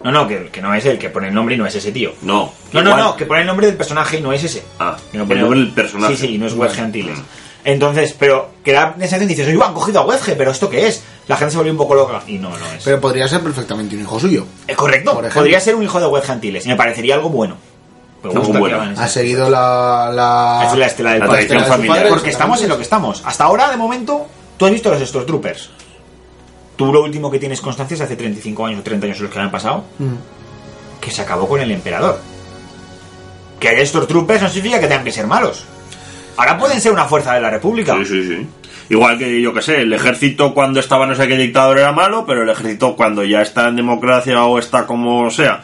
No, no, que, que no es él, que pone el nombre y no es ese tío. No. No, no, Igual- no, que pone el nombre del personaje y no es ese. Ah, Que no el nombre del personaje. Mm. Sí, sí, y no es Wedge Vale. Antilles. Entonces, pero que da la sensación, dices, oye, han cogido a Wedge, pero ¿esto qué es? La gente se volvió un poco loca. Y no, no es. Pero podría ser perfectamente un hijo suyo. es correcto, por ejemplo. podría ser un hijo de Wedge Antilles. Y me parecería algo bueno. Me Algo gusta que bueno. hagan eso. Ha seguido la. la... Es Ah, la estela del La padre. tradición de su familiar. padre, Porque estamos en lo que estamos. Hasta ahora, de momento, tú has visto los Stormtroopers. Tú lo último que tienes constancia es hace 35 años o 30 años los que han pasado, Mm. que se acabó con el emperador. Que haya Stormtroopers no significa que tengan que ser malos. Ahora pueden ser una fuerza de la República. Sí, sí, sí. Igual que yo que sé, el ejército cuando estaba no sé qué dictador era malo, pero el ejército cuando ya está en democracia o está como sea,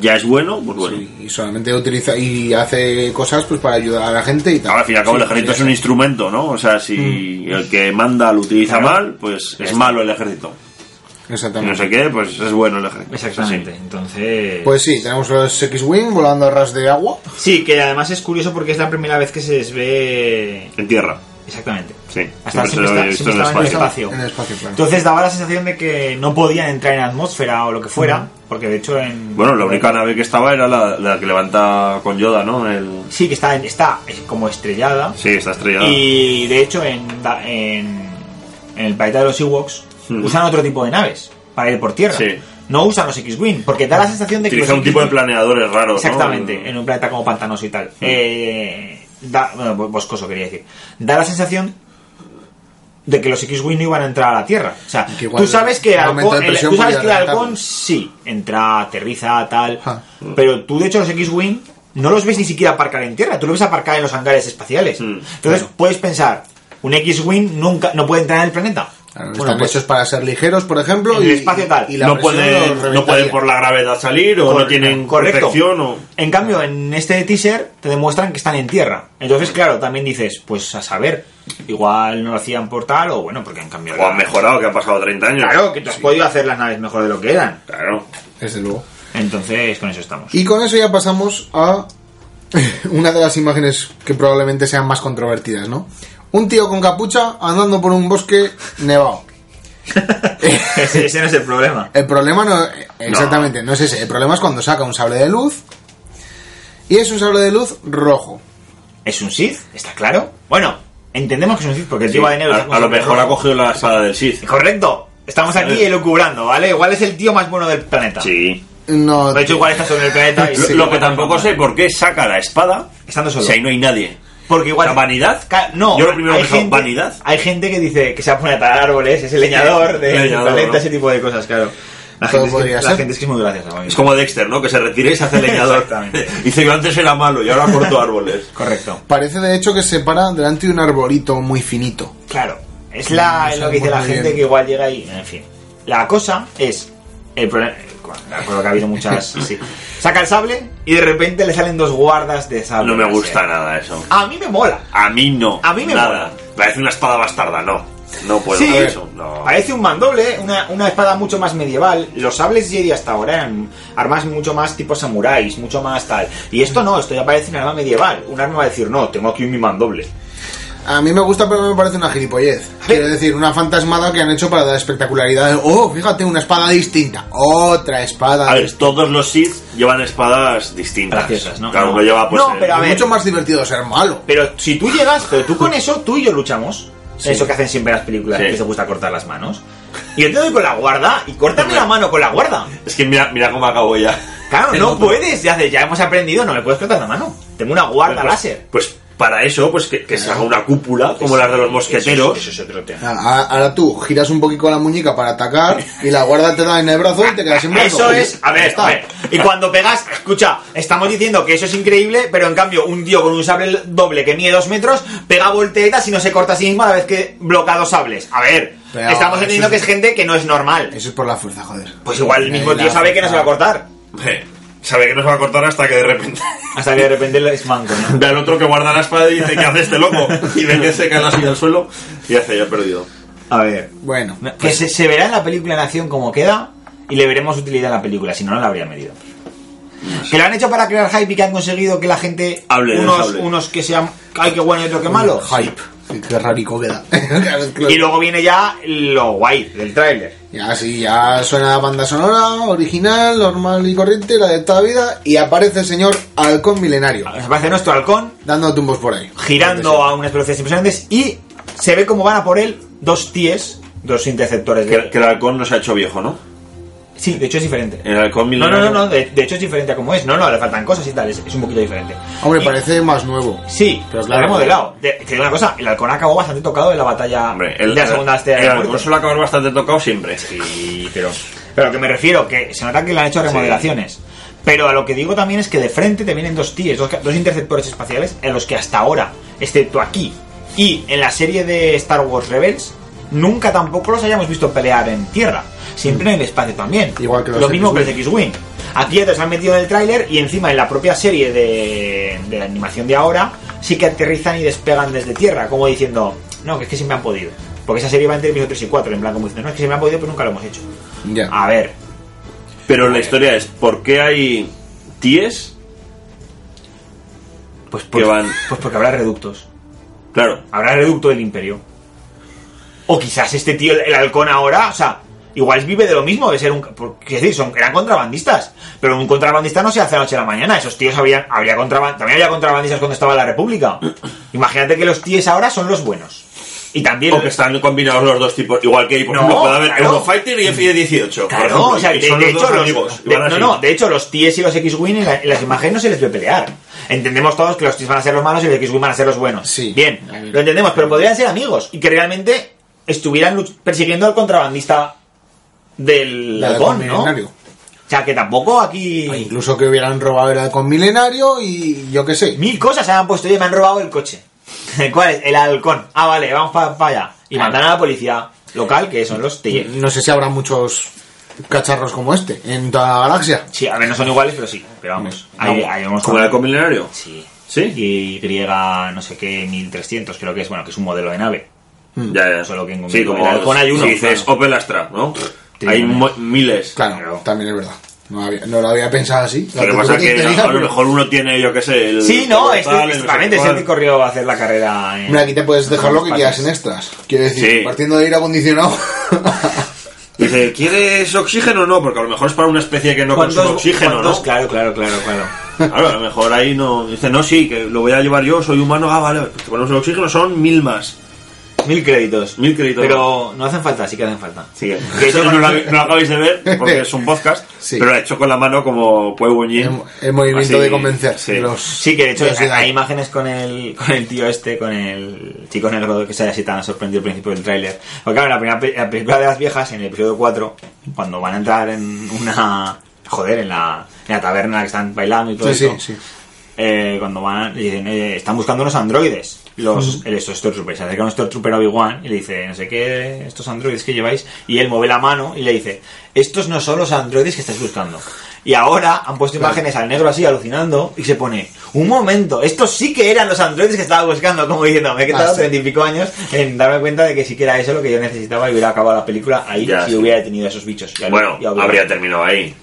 ya es bueno, pues bueno. Sí, y solamente utiliza y hace cosas pues para ayudar a la gente y tal. Ahora, al fin y al cabo, Sí, el ejército es podría un instrumento, ¿no? O sea, si el que manda lo utiliza Mm. Claro. mal, pues es malo el ejército. ser. Y no Exactamente. sé qué, pues es bueno el ejército. Exactamente. Entonces. Pues sí, tenemos los X-Wing volando a ras de agua. Sí, que además es curioso porque es la primera vez que se les ve. En tierra, Exactamente. sí. Hasta Siempre se siempre, lo he está, visto siempre estaba en el espacio. En el espacio, claro. Entonces daba la sensación de que no podían entrar en atmósfera o lo que fuera, porque de hecho en... Bueno, la única nave que estaba era la, la que levanta con Yoda, ¿no? El... Sí, que está, en- está como estrellada. Sí, está estrellada. Y de hecho en, da- en, en el planeta de los Ewoks Hmm. usan otro tipo de naves para ir por tierra. Sí. No usan los X-Wing, porque da la sensación de que... Utiliza los un tipo de X-Wing planeadores raros, ¿no? Mm. Exactamente, en un planeta como pantanoso y tal. Eh, da, bueno, bo- boscoso quería decir. Da la sensación de que los X-Wing no iban a entrar a la Tierra. O sea, Y que igual tú sabes que, en un momento Halcón, de el- presión tú sabes que podía el Halcón reventarlos. sí entra, aterriza, tal. Ja. Pero tú, de hecho, los X-Wing no los ves ni siquiera aparcar en Tierra. Tú los ves aparcar en los hangares espaciales. Entonces, puedes pensar, un X-Wing nunca no puede entrar en el planeta. Claro, Bueno, están pues- hechos para ser ligeros, por ejemplo. En el y- espacio tal. y la no presión los pueden, no reventaría. pueden por la gravedad salir o no tienen Correcto. protección o... En cambio, en este teaser te demuestran que están en tierra. Entonces, claro, también dices, pues a saber, igual no lo hacían por tal o bueno, porque han cambiado. o han la- mejorado, que han pasado 30 años. Claro, que tú has podido hacer las naves mejor de lo que eran. Claro. Desde luego. Entonces, con eso *laughs* estamos. Y con eso ya pasamos a *laughs* una de las imágenes que probablemente sean más controvertidas, ¿no? Un tío con capucha andando por un bosque nevado. ese, ese no es el problema. El problema no. eh, Exactamente, no. es ese. El problema es cuando saca un sable de luz. Y es un sable de luz rojo. ¿Es un Sith? ¿Está claro? Bueno, entendemos que es un Sith porque el tío va de negro. y a, está con a lo sombrero mejor ha rojo. cogido la espada del Sith. Correcto. Estamos aquí elucubrando, ¿vale? Igual es el tío más bueno del planeta. Sí. No. De hecho, igual está sobre el planeta. y- Lo- lo que tampoco sé por qué saca la espada Estando solo. si ahí no hay nadie. Porque igual. O sea, ¿vanidad? Ca- No. Yo lo primero hay que he pensado, ¿vanidad? Hay gente que dice que se va a poner a talar árboles, es el leñador de Leñador, planeta, ¿no? ese tipo de cosas, claro. La, Todo gente es, que, podría la ser. gente es que es muy graciosa. muy bien. Es como Dexter, ¿no? Que se retira y se hace leñador. Exactamente. *laughs* Dice, yo antes era malo y ahora *laughs* corto árboles. Correcto. Parece de hecho que se para delante de un arbolito muy finito. Claro. Es la, No es lo que dice la sabemos muy gente bien. que igual llega y. En fin. La cosa es. El problema. Me acuerdo que ha habido muchas. *laughs* sí. Saca el sable y de repente le salen dos guardas de sable. No me gusta nada. nada eso. A mí me mola. A mí no. A mí me nada. Parece una espada bastarda, no. No puedo Sí, con eso. No. parece un mandoble, ¿eh? una, una espada mucho más medieval. Los sables Jedi hasta ahora eran armas mucho más tipo samuráis, mucho más tal. Y esto no, esto ya parece un arma medieval. Un arma va a decir, no, tengo aquí mi mandoble. A mí me gusta, pero me parece una gilipollez. Quiero decir, una fantasmada que han hecho para dar espectacularidad. Oh, fíjate, una espada distinta. Otra espada. A ver, todos los Sith llevan espadas distintas. Graciosas, ¿no? Cada No. uno lleva pues. No, el- pero a ver. Mucho más divertido ser malo. Pero si tú llegas, pero tú con eso, tú y yo luchamos. Eso que hacen siempre las películas, Sí. que se gusta cortar las manos. Y yo te doy con la guarda y córtame la mano con la guarda. Es que mira, mira cómo acabo ya. Claro, El no otro. puedes, ya, ya hemos aprendido, no me puedes cortar la mano. Tengo una guarda Pues- láser. Pues para eso, pues que, que se haga una cúpula, como las de los mosqueteros. Eso es- eso es otro tema. A- Ahora tú giras un poquito la muñeca para atacar y la guarda te da en el brazo y te quedas sin brazo. Eso es, a Ya ver, está. a ver. Y cuando pegas, escucha, estamos diciendo que eso es increíble, pero en cambio, un tío con un sable doble que mide dos metros pega volteretas y no se corta a sí mismo a la vez que bloca dos sables. A ver, Pero estamos eso entendiendo es- que es gente que no es normal. Eso es por la fuerza, joder. Pues igual el mismo Ahí la tío sabe que no se va a fuerza. cortar. Eh, Sabe que no se va a cortar hasta que de repente Hasta que de repente es manco, ¿no? ve al otro que guarda la espada y dice, ¿qué hace este loco? Y ve que se cae así al suelo y hace, ya he perdido. A ver. Bueno, Que se, se verá en la película en acción como queda y le veremos utilidad en la película, si no, no la habría medido. Que lo han hecho para crear hype y que han conseguido que la gente. Hable del unos, sable. unos que sean. Ay, qué bueno y otro que malo. hype. Sí, Qué rarico *laughs* queda. Cada vez que lo- Y luego viene ya lo guay del tráiler. Ya sí, ya suena la banda sonora, original, normal y corriente, la de toda vida, y aparece el señor Halcón Milenario, Nos aparece nuestro halcón dando tumbos por ahí. girando a unas velocidades impresionantes y se ve como van a por él dos TIES, dos interceptores. Que, Eh, De... que el halcón no se ha hecho viejo, ¿no? Sí, de hecho es diferente. El halcón No, milenario. no, no, no, de, de hecho es diferente a como es. No, no, le faltan cosas y tal, es, es un poquito diferente. Homore, Y- parece más nuevo. Sí, Pero pero claro. remodelado. Te, te digo una cosa, el halcón acabó bastante tocado en la batalla Hombre, el, de la segunda estrella el de la halcón muerte. suele acabar bastante tocado siempre. Sí, pero. Pero a lo que me refiero, que se nota que le han hecho remodelaciones. Pero a lo que digo también es que de frente te vienen dos TIEs, dos, dos interceptores espaciales, en los que hasta ahora, excepto aquí y en la serie de Star Wars Rebels, nunca tampoco los hayamos visto pelear en tierra. Siempre en el espacio también. Igual que los Lo mismo que los X-Wing. X-Wing. Aquí ya te los han metido en el tráiler y encima en la propia serie de, de la animación de ahora sí que aterrizan y despegan desde tierra, como diciendo, no, que es que siempre han podido. Porque esa serie va entre episodio 3 y 4, en plan como diciendo, no, es que siempre han podido, pero nunca lo hemos hecho. Ya. Ah, A ver, Pero la historia es, ¿por qué hay tíes pues, por- que van... pues porque habrá reductos. Claro, Habrá reducto del imperio. O quizás este tío, el, el halcón ahora, o sea, igual vive de lo mismo, de ser un... por- Es decir, son, eran contrabandistas. Pero un contrabandista no se hace a la noche a la mañana. Esos tíos habían, habría contraban- también había contrabandistas cuando estaba la República. Imagínate que los tíos ahora son los buenos. Y también... o que están combinados los dos tipos, igual que por No, ejemplo, puede haber claro. Eurofighter y FE-18. Claro, o sea, de, son de los hecho, dos los, amigos. y de- van no, así. no, de hecho, los TIES y los X-Wing en, la- en las imágenes no se les ve pelear. Entendemos todos que los TIES van a ser los malos y los X-Wing van a ser los buenos. Sí. Bien, A ver. lo entendemos, pero podrían ser amigos y que realmente estuvieran luch- persiguiendo al contrabandista del La de halcón, Halcón ¿no? Milenario. O sea, que tampoco aquí... Incluso que hubieran robado el Halcón Milenario y yo qué sé. Mil cosas se me han puesto y me han robado el coche. *laughs* ¿Cuál es? El halcón. Ah, vale, vamos para allá. Y mandan a la policía local, que son los TIES. No sé si habrá muchos cacharros como este en toda la galaxia. Sí, a ver, no son iguales, pero sí. Pero vamos, ahí, ahí vamos ¿Como el halcón milenario? Sí. ¿Sí? Y no sé qué, 1300 creo que es, bueno, que es un modelo de nave. Ya, ya. Mm. Solo que en sí, como el halcón hay uno, Si dices claro. Opel Astra, ¿no? Sí, hay también. mo- miles. Claro, Claro. también es verdad. No, había- no lo había pensado así. Lo que pasa es que a pues, lo mejor uno tiene, yo qué sé, el. Sí, no, el este tal, el no sé exactamente es cuál. el que corrió a hacer la carrera. En... Mira, aquí te puedes dejar lo que Patas. quieras en extras. Quiero decir, Sí. partiendo de aire *laughs* acondicionado. Dice, ¿quieres oxígeno o no? Porque a lo mejor es para una especie que no ¿Cuántos- consume oxígeno, cuántos- ¿no? Claro, claro, claro, claro. Claro, a lo mejor ahí no. Dice, no, sí, que lo voy a llevar yo, soy humano. Ah, vale, pues te ponemos el oxígeno, son mil más. Mil créditos. Mil créditos. Pero no hacen falta, sí que hacen falta. Sigue. Que Eso yo- no lo, no lo acabáis de ver porque es un podcast, Sí. pero lo ha hecho con la mano como Pue el, Buñín. el movimiento Así, de convencer. sí. de los- Sí, que de hecho de los Jedi. hay imágenes con el, con el tío este, con el chico negro que se haya así tan sorprendido al principio del tráiler. Porque claro, en la primera pe- en la película de las viejas, en el episodio 4, cuando van a entrar en una. Joder, en la, en la taberna que están bailando y todo Sí, eso. sí, sí. eh, cuando van, le dicen, eh, están buscando unos androides. Los, el estos Stormtroopers. Se acerca un Stormtrooper a Obi-Wan y le dice, no sé qué, estos androides que lleváis. Y él mueve la mano y le dice, estos no son los androides que estáis buscando. Y ahora han puesto imágenes al negro así alucinando y se pone, un momento, estos sí que eran los androides que estaba buscando, como diciendo, me he quedado Ah, sí. treinta y pico años en darme cuenta de que sí que era eso lo que yo necesitaba y hubiera acabado la película ahí Ya, si sí. hubiera detenido a esos bichos. Ya lo- Bueno, ya hubiera- habría terminado ahí.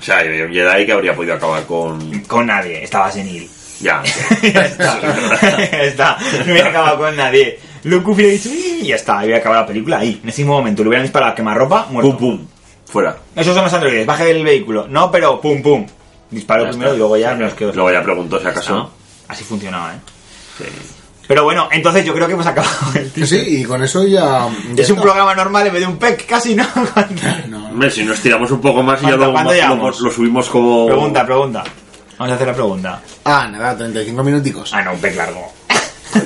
O sea, había un Jedi que habría podido acabar con. con nadie, estaba senil. Ya. ya está. *laughs* ya está. No hubiera acabado con nadie. Luke hubiera dicho, "Ih", y ya está, hubiera acabado la película ahí. En ese mismo momento, le hubieran disparado a quemarropa, muerto. pum, pum. Fuera. Esos son los androides, baje del vehículo. No, pero pum, pum. Disparo Ya primero está. y luego ya me los quedo. Luego ya preguntó si ¿No? acaso. Así funcionaba, ¿eh? Sí. Pero bueno, entonces yo creo que hemos acabado *laughs* el Sí, título. sí, y con eso ya. ya Es un está. programa normal en vez de un PEC, casi, *laughs* ¿no? Hombre, si nos tiramos un poco más y ya ¿Cuánto- lo, cuánto llevamos? lo, lo subimos como. Pregunta, pregunta. Vamos a hacer la pregunta. Ah, nada, 35 minuticos. Ah, no, un PEC largo.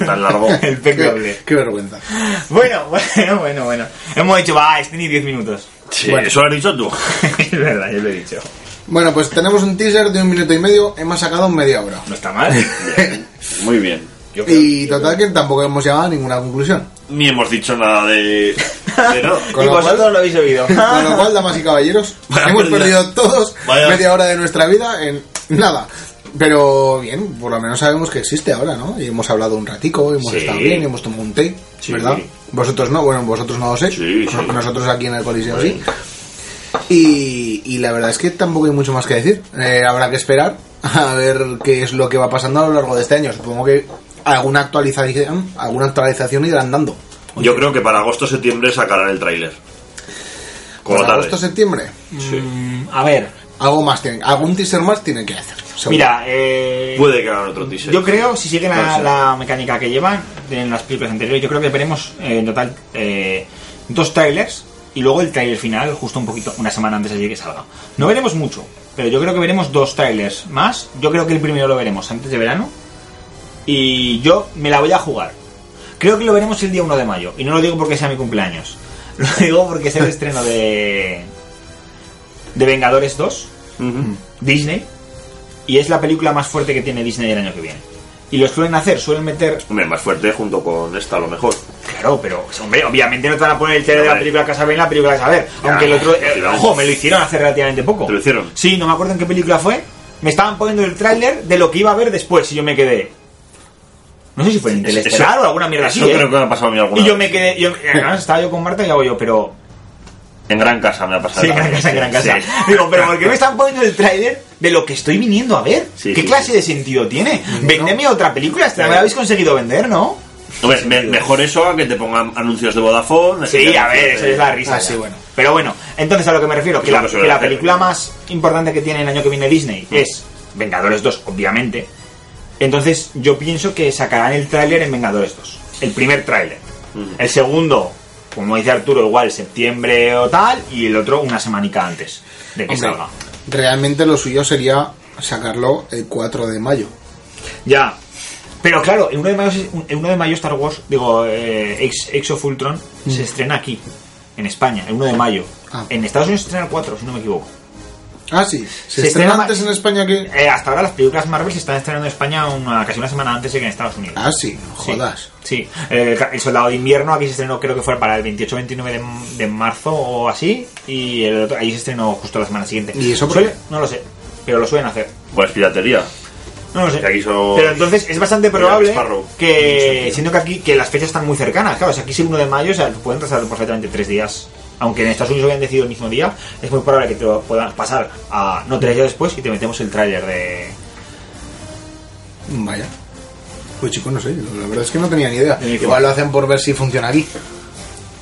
Tan largo. El PEC *laughs* doble. Qué, qué vergüenza. *laughs* Bueno, *laughs* bueno, bueno, bueno. Hemos dicho, va, este ni 10 minutos. *laughs* Sí, Bueno. Eso lo has dicho tú. *laughs* es verdad, yo lo he dicho. Bueno, pues tenemos un teaser de un minuto y medio, hemos sacado media hora. No *laughs* está mal. Muy bien. Yo creo- Y total que tampoco hemos llegado a ninguna conclusión. Ni hemos dicho nada de. de nada. Con y lo vosotros cual- lo habéis *laughs* oído. Con lo cual, damas y caballeros, Ah. *laughs* Vaya hemos pérdida. perdido todos Vaya. media hora de nuestra vida en nada. Pero bien, por lo menos sabemos que existe ahora, ¿no? Y hemos hablado un ratico, hemos Sí. estado bien, hemos tomado un té, Sí. ¿verdad? Vosotros no, bueno, vosotros no lo sé, Sí, sí. *laughs* nosotros aquí en el Coliseo sí. Y, y la verdad es que tampoco hay mucho más que decir. Eh, habrá que esperar a ver qué es lo que va pasando a lo largo de este año. Supongo que alguna actualización, alguna actualización irán dando. Yo creo que para agosto-septiembre sacarán el tráiler. Como Para tarde. agosto, septiembre, Mm, A ver, algo más tienen, algún teaser más tienen que hacer. seguro. mira, eh, Puede que hagan otro teaser. yo creo, si siguen Puede la, ser. la mecánica que llevan en las películas anteriores, yo creo que veremos eh, en total eh, dos trailers y luego el trailer final, justo un poquito, una semana antes de que salga. No veremos mucho, pero yo creo que veremos dos trailers más. Yo creo que el primero lo veremos antes de verano y yo me la voy a jugar. Creo que lo veremos el día 1 de mayo. Y no lo digo porque sea mi cumpleaños. *laughs* Lo digo porque es el estreno de. de Vengadores 2. Disney. Y es la película más fuerte que tiene Disney el año que viene. Y lo suelen hacer, suelen meter. Hombre, más fuerte junto con esta, a lo mejor. Claro, pero. pues, Hombre, obviamente no te van a poner el trailer de la Vale. película que vas a ver en la película que vas a ver. eh. Ya, Aunque el otro. ya, eh, ya. ojo, me lo hicieron hace relativamente poco. ¿Te lo hicieron? Sí, no me acuerdo en qué película fue. Me estaban poniendo el tráiler de lo que iba a ver después y yo me quedé. No sé si fue en Interestelar Eso- o alguna mierda así. Eso ¿eh? creo que me ha pasado a mí alguna Y yo vez. me quedé, yo, además estaba yo con Marta y hago yo, pero... En gran casa me ha pasado. Sí, en gran también. casa, en gran casa. Sí. Digo, pero ¿por qué *laughs* me están poniendo el tráiler de lo que estoy viniendo a ver? Sí, ¿Qué sí, clase sí. de sentido tiene? Vendeme otra película, esta me la habéis conseguido vender, ¿no? Hombre, me- mejor eso a que te pongan anuncios de Vodafone. Sí, a ver, eso anuncios de- es la risa. Ah, ya. sí, bueno. Pero bueno, entonces a lo que me refiero, que Eso la, no se que la hace. película más importante que tiene el año que viene Disney es Vengadores 2, obviamente. Entonces yo pienso que sacarán el tráiler en Vengadores 2. El primer tráiler. El segundo, como dice Arturo, igual septiembre o tal. Y el otro una semanica antes de que Hombre, salga. realmente lo suyo sería sacarlo el 4 de mayo. Ya. Pero claro, el 1 de mayo, se- el 1 de mayo Star Wars, digo, eh, Ex, Ex of Ultron, se estrena aquí, en España, el 1 de mayo. Mm. Ah. En Estados Unidos se estrena el 4, si no me equivoco. Ah, sí. Se, estrena Se estrena antes ma- en España que... Eh, hasta ahora las películas Marvel se están estrenando en España una, casi una semana antes de que en Estados Unidos. Ah, sí. Sí, Jodas. Sí, Eh, El, Soldado de Invierno aquí se estrenó, creo que fue para el 28-29 de, de marzo o así, y el otro- ahí se estrenó justo la semana siguiente. ¿Y eso por Suele- qué? No lo sé, pero lo suelen hacer. Pues piratería. No lo sé. Que aquí son- Pero entonces es bastante Mira, probable Sparrow. que, siendo que aquí que las fechas están muy cercanas, claro, si aquí es el 1 de mayo, o sea, pueden pasar perfectamente tres días. Aunque en Estados Unidos hayan decidido el mismo día, es muy probable que te lo puedan pasar a no tres días después y te metemos el tráiler de, Vaya. Pues chico, no sé. La verdad es que no tenía ni idea. Ni idea. Igual lo hacen por ver si funciona aquí.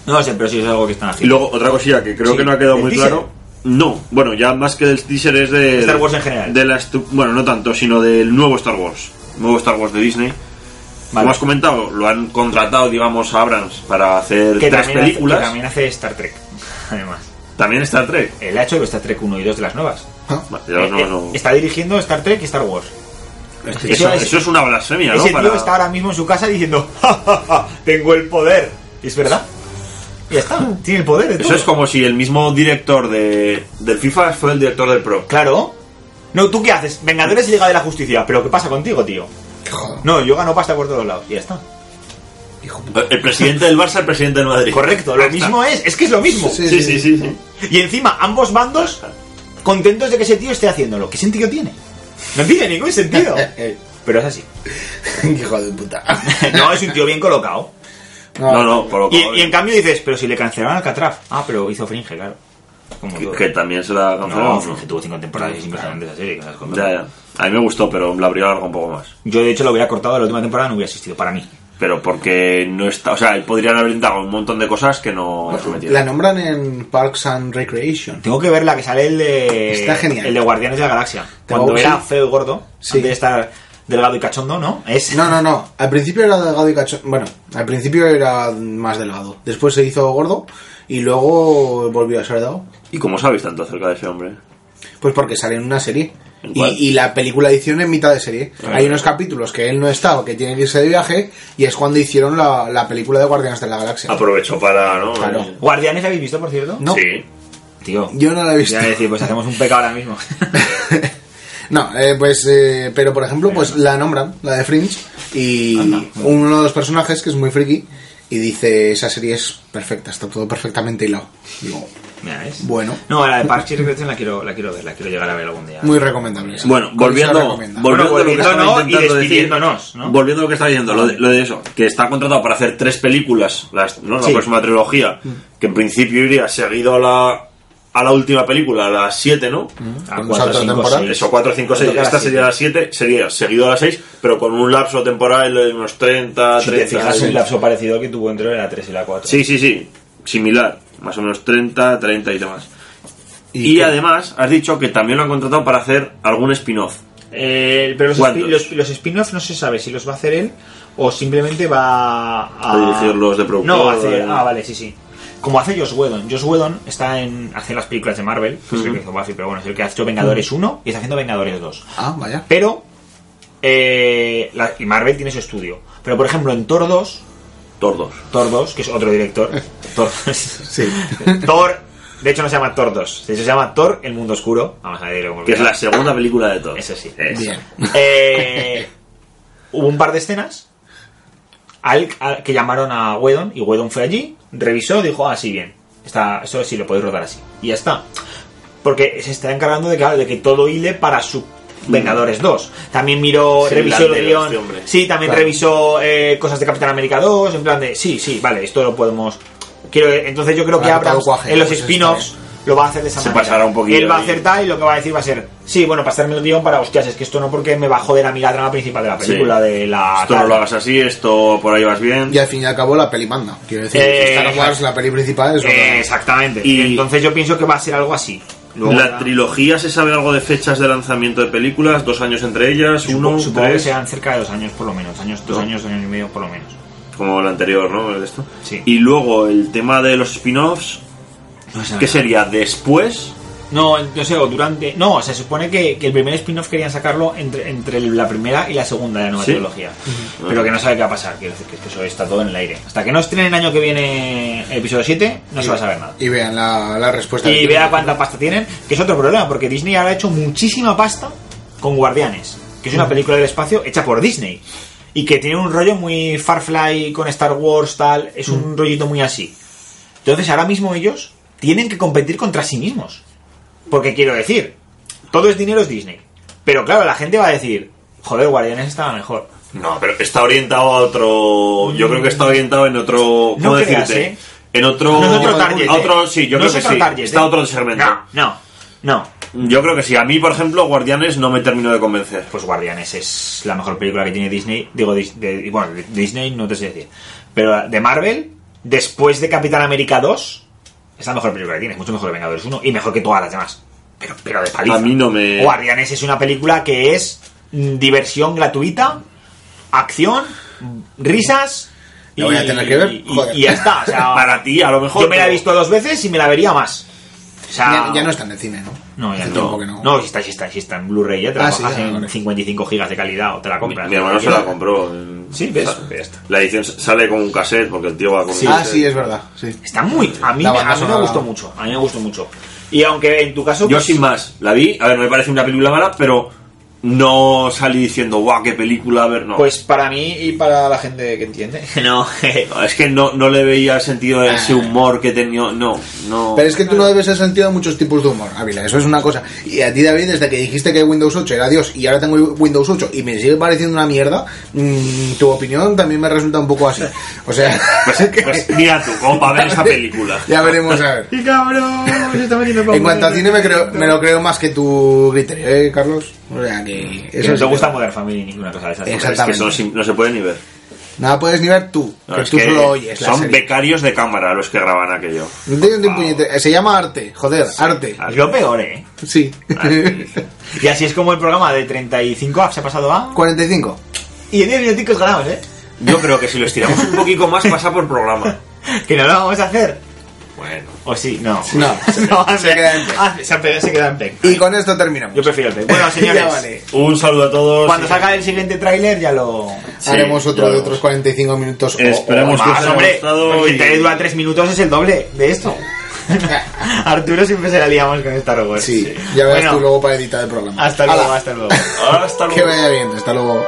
No lo sé, pero sí es algo que están Y haciendo. luego, otra cosilla que creo Sí. que no ha quedado ¿El muy teaser? claro. No, bueno, ya más que del teaser es de. Star Wars en general. De la estru- bueno, no tanto, sino del nuevo Star Wars. Nuevo Star Wars de Disney. Vale. Como has comentado, lo han contratado, digamos, a Abrams para hacer que, tres también películas. Hace, que también... también hace Star Trek, *laughs* además. Star Trek. Él ha hecho el Star Trek 1 y 2 de las nuevas. Ah, Vale, ya no- Eh, eh, no- Está dirigiendo Star Trek y Star Wars. Eso, eso es- eso es una blasfemia, ¿no? Ese tío Para- está ahora mismo en su casa diciendo, "Ja, ja, ja, tengo el poder. Y es verdad. Ya está, tiene el poder de Eso todo. es como si el mismo director de, del FIFA fue el director del Pro. Claro. No, ¿tú qué haces? Vengadores y Liga de la Justicia. ¿Pero qué pasa contigo, tío? Hijo, No, yo gano pasta por todos lados. Y ya está. hijo puta. El presidente del Barça, el presidente del Madrid. Correcto, lo Ya está. mismo es. Es que es lo mismo. Sí. Sí, sí, sí. sí. Y encima, ambos bandos contentos de que ese tío esté haciéndolo. ¿Qué sentido tiene? No tiene ningún sentido. *laughs* Pero es así. Eh, hijo de puta. *laughs* No, es un tío bien colocado. No, no, por lo Y, que- y en cambio dices, pero si le cancelaron al Catraf. Ah, pero hizo Fringe, claro. Como todo. que, que también se la No, canceló. Fringe tuvo cinco temporadas y es impresionante esa serie. que las conozco. Ya, ya. A mí me gustó, pero la abrió largo un poco más. Yo, de hecho, lo hubiera cortado la última temporada, no hubiera existido para mí. Pero porque no está. O sea, podrían haber intentado un montón de cosas que no se metieron. La nombran en Parks and Recreation. Tengo que ver la que sale el de. Está genial. El de Guardianes de la Galaxia. Te Cuando va a era gustar. feo y gordo, Sí. antes de estar delgado y cachondo, ¿no? Es. No, no, no. Al principio era delgado y cachondo. Bueno, al principio era más delgado. Después se hizo gordo y luego volvió a ser delgado. ¿Y cómo sabéis tanto acerca de ese hombre? Pues porque sale en una serie. ¿En Y, cuál? Ah, y la película edición en mitad de serie. Hay unos capítulos que él no estaba, que tiene que irse de viaje, y es cuando hicieron la, la película de Guardianes de la Galaxia. Aprovecho para, ¿no? Claro. Eh, ¿Guardianes la habéis visto, por cierto? No, Sí. Tío. yo no la he visto. Ya decir, pues hacemos un pecado ahora mismo. *laughs* *laughs* No, eh, pues, eh, pero por ejemplo, pues la nombran, la de Fringe, y uno de los personajes que es muy friki, y dice, esa serie es perfecta, está todo perfectamente hilado. Digo, Mira, ¿ves? Bueno. No, la de Parks y Recreation la quiero, la quiero ver, la quiero llegar a ver algún día. muy recomendable. esa. Bueno, Con eso la volviendo, recomienda. volviendo Bueno, a lo que estaba volviéndonos y intentando despidiéndonos, decir, ¿no? volviendo a lo que estaba diciendo, lo de, lo de eso, que está contratado para hacer tres películas, las, ¿no? la Sí. Mm. próxima trilogía, que en principio iría seguido a la, a la última película, a las siete, ¿no? A Con un cuatro, salto de cinco, temporada. seis. Eso, 4, 5, 6. Toca a las Esta siete. sería la 7, sería seguido a las 6, pero con un lapso temporal de unos 30, Si te 30. fijas, el lapso parecido que tuvo entre la 3 y la 4. Sí, sí, sí. Similar. Más o menos 30, 30 y demás. Y, que- además, has dicho que también lo han contratado para hacer algún spin-off. Eh, pero los, ¿Cuántos? spin- los, los spin-off no se sabe si los va a hacer él o simplemente va a, A dirigirlos de productor, No, a hacer. eh. Ah, vale, sí, sí. Como hace Josh Whedon. Josh Whedon está en, haciendo las películas de Marvel, que es el que hizo Buffy, pero bueno, es el que ha hecho Vengadores 1 y está haciendo Vengadores 2. Ah, vaya. Pero. eh, la- y Marvel tiene su estudio. Pero por ejemplo, en Thor 2, Tordos. Thor 2, que es otro *laughs* director. Thor 2. Sí. Thor. De hecho, no se llama Thor 2. De hecho, se llama Thor el mundo oscuro. Vamos a decirlo. Que es la segunda película de Thor. Eso sí. Eso. Bien. Eh, hubo un par de escenas al, al- que llamaron a Wedon y Wedon fue allí, revisó, dijo, ah, sí, bien. Está, eso sí lo podéis rodar así. Y ya está. Porque se está encargando de, claro, de que todo hile para su Mm. Vengadores 2. También miró, Sí, revisó el blandero guión. este hombre. sí, también Claro. revisó eh, cosas de Capitán América 2, en plan de, sí, sí, vale, esto lo podemos... Quiero, entonces yo creo que Para Abrams tal cuaje, en los pues, spin-offs está lo va a hacer de esa Se manera. pasará un poquillo Él va a ahí. hacer tal y lo que va a decir va a ser, sí, bueno, pasarme el guión para hostias, es que esto no porque me va a joder a mí la trama principal de la película, Sí. de la... Esto no lo hagas así, esto por ahí vas bien. Y al fin y al cabo la peli manda. Quiero decir, Eh, Star Wars, la peli principal es lo que- Eh, exactamente. Y- Y entonces yo pienso que va a ser algo así. Luego La ya- trilogía se sabe algo de fechas de lanzamiento de películas, dos años entre ellas, supongo, uno, supongo que tres, serán cerca de dos años por lo menos, años, dos años, dos años y medio por lo menos. como la anterior, ¿no? El de esto. Sí. Y luego el tema de los spin-offs, No sé, que sería después, No, no sé, o durante. No, se supone que, que el primer spin-off querían sacarlo entre, entre la primera y la segunda de la nueva ¿Sí? trilogía. Pero que no sabe qué va a pasar. Quiero decir que eso está todo en el aire. Hasta que no estrenen el año que viene el episodio 7, no se va a saber nada. Y vean la, la respuesta. Y del- vea cuánta pasta tienen, que es otro problema, porque Disney ahora ha hecho muchísima pasta con Guardianes, que Mm. es una película del espacio hecha por Disney. Y que tiene un rollo muy Farfly con Star Wars, tal, es Mm. un rollito muy así. Entonces ahora mismo ellos tienen que competir contra sí mismos. Porque quiero decir, todo es dinero es Disney. Pero claro, la gente va a decir, joder, Guardianes estaba mejor. No, pero está orientado a otro. Yo creo que está orientado en otro. ¿Cómo No creas, decirte? ¿eh? En otro. No es otro target. ¿eh? a otro- sí, yo No creo es que otro sí. target, está ¿eh? a otro segmento. No, no, no. Yo creo que sí. A mí, por ejemplo, Guardianes no me terminó de convencer. pues Guardianes es la mejor película que tiene Disney. Digo, Dis- de- bueno, de Disney no te sé decir. Pero de Marvel, después de Capitán América 2, es la mejor película que tiene. Es mucho mejor que Vengadores 1 y mejor que todas las demás. Pero, pero de paliza. A mí no me- Guardianes es una película que es mm, diversión gratuita, acción, mm, risas. La voy a tener que ver, y- joder. y ya está. o sea, *laughs* *laughs* Para ti, a lo mejor. Yo me la he pero- visto dos veces y me la vería más. O sea, ya, ya no está en el cine, ¿no? No, ya Hace no. tiempo que no. No, si está, si está, si está en Blu-ray, ya te la Ah, sí, bajas ya, en vale. 55 gigas de calidad o te la compras. Mi hermano se la compró. Sí, ves, Sa- ya está. La edición sale con un cassette porque el tío va con un ah, cassette. sí, es verdad. Sí. Está muy. A mí, La me- banda a mí me sonora. gustó mucho. A mí me gustó mucho. Y aunque en tu caso. Yo pues, sin más, la vi, a ver, no me parece una película mala, pero no salí diciendo, guau, qué película, a ver, no. Pues para mí y para la gente que entiende. *laughs* No, es que no, no le veía el sentido de Ah. ese humor que tenía, no, no. Pero es que tú no debes el sentido a muchos tipos de humor, Ávila. Eso es una cosa. Y a ti, David, desde que dijiste que Windows 8 era Dios y ahora tengo el Windows 8 y me sigue pareciendo una mierda, mm, tu opinión también me resulta un poco así. O *laughs* sea, *laughs* Pues, pues mira tú, como para ver esa *laughs* película. ya veremos a ver. ¡Qué *laughs* cabrón! Se está metiendo con- En cuanto al cine, me, creo, me lo creo más que tu criterio, ¿eh, Carlos? O sea, que. Que no sí te que- gusta Modern Family ni ninguna cosa de esas. Exacto. Es que eso sí- no se puede ni ver. Nada puedes ni ver tú, No, que es tú que solo oyes la son serie. becarios de cámara los que graban aquello. No tiene ni puñete- Se llama arte, joder, arte. Ah, Es lo peor, ¿eh? Sí. *laughs* Arte. Y así es como el programa de 35 se ha pasado a... 45. Y en 10 minuticos ganamos, ¿eh? Yo creo que si lo estiramos un poquito más pasa por programa. Que no lo vamos a hacer. Bueno. O sí, no. *laughs* No, hace- se queda en pec. hace- Ah, se pega- se queda en pec. Y con esto terminamos. Yo prefiero el pec. Bueno, señores. *laughs* pues Ya vale. Un saludo a todos. Cuando salga el siguiente tráiler ya lo... Sí, Haremos ya otro de veremos. otros 45 minutos. o- Esperemos o que os Más, haya más. hombre. pues gustado El y- que dura 3 minutos es el doble *laughs* de esto. Arturo siempre se la liamos con Star Wars. Sí, ya verás Bueno, tú luego para editar el programa. Hasta luego, Hala, hasta luego. Hasta luego. Que vaya bien, hasta luego.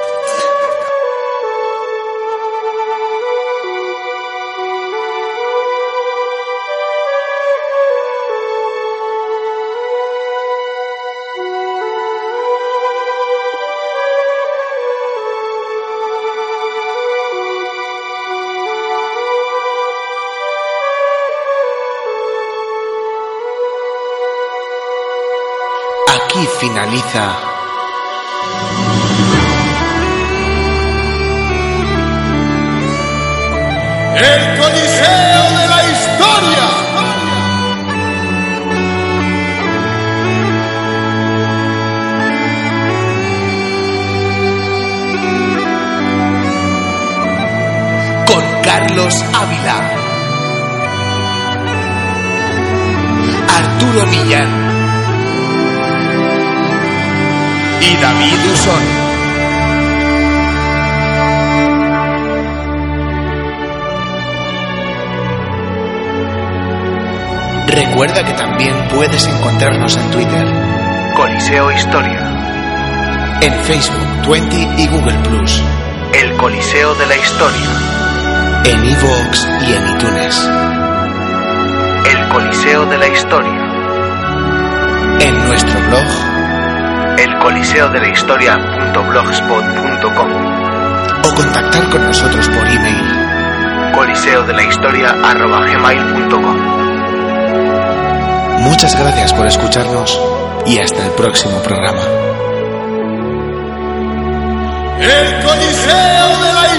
Aquí finaliza El Coliseo de la Historia. con Carlos Ávila, Arturo Millán y David Usón. Recuerda que también puedes encontrarnos en Twitter, Coliseo Historia. en Facebook, Twenty y Google Plus, El Coliseo de la Historia. en iVoox y en iTunes. El Coliseo de la Historia. En nuestro blog El Coliseo de la Historia.blogspot.com. o contactar con nosotros por email. Coliseo de la Historia. arroba gmail.com. Muchas gracias por escucharnos y hasta el próximo programa. El Coliseo de la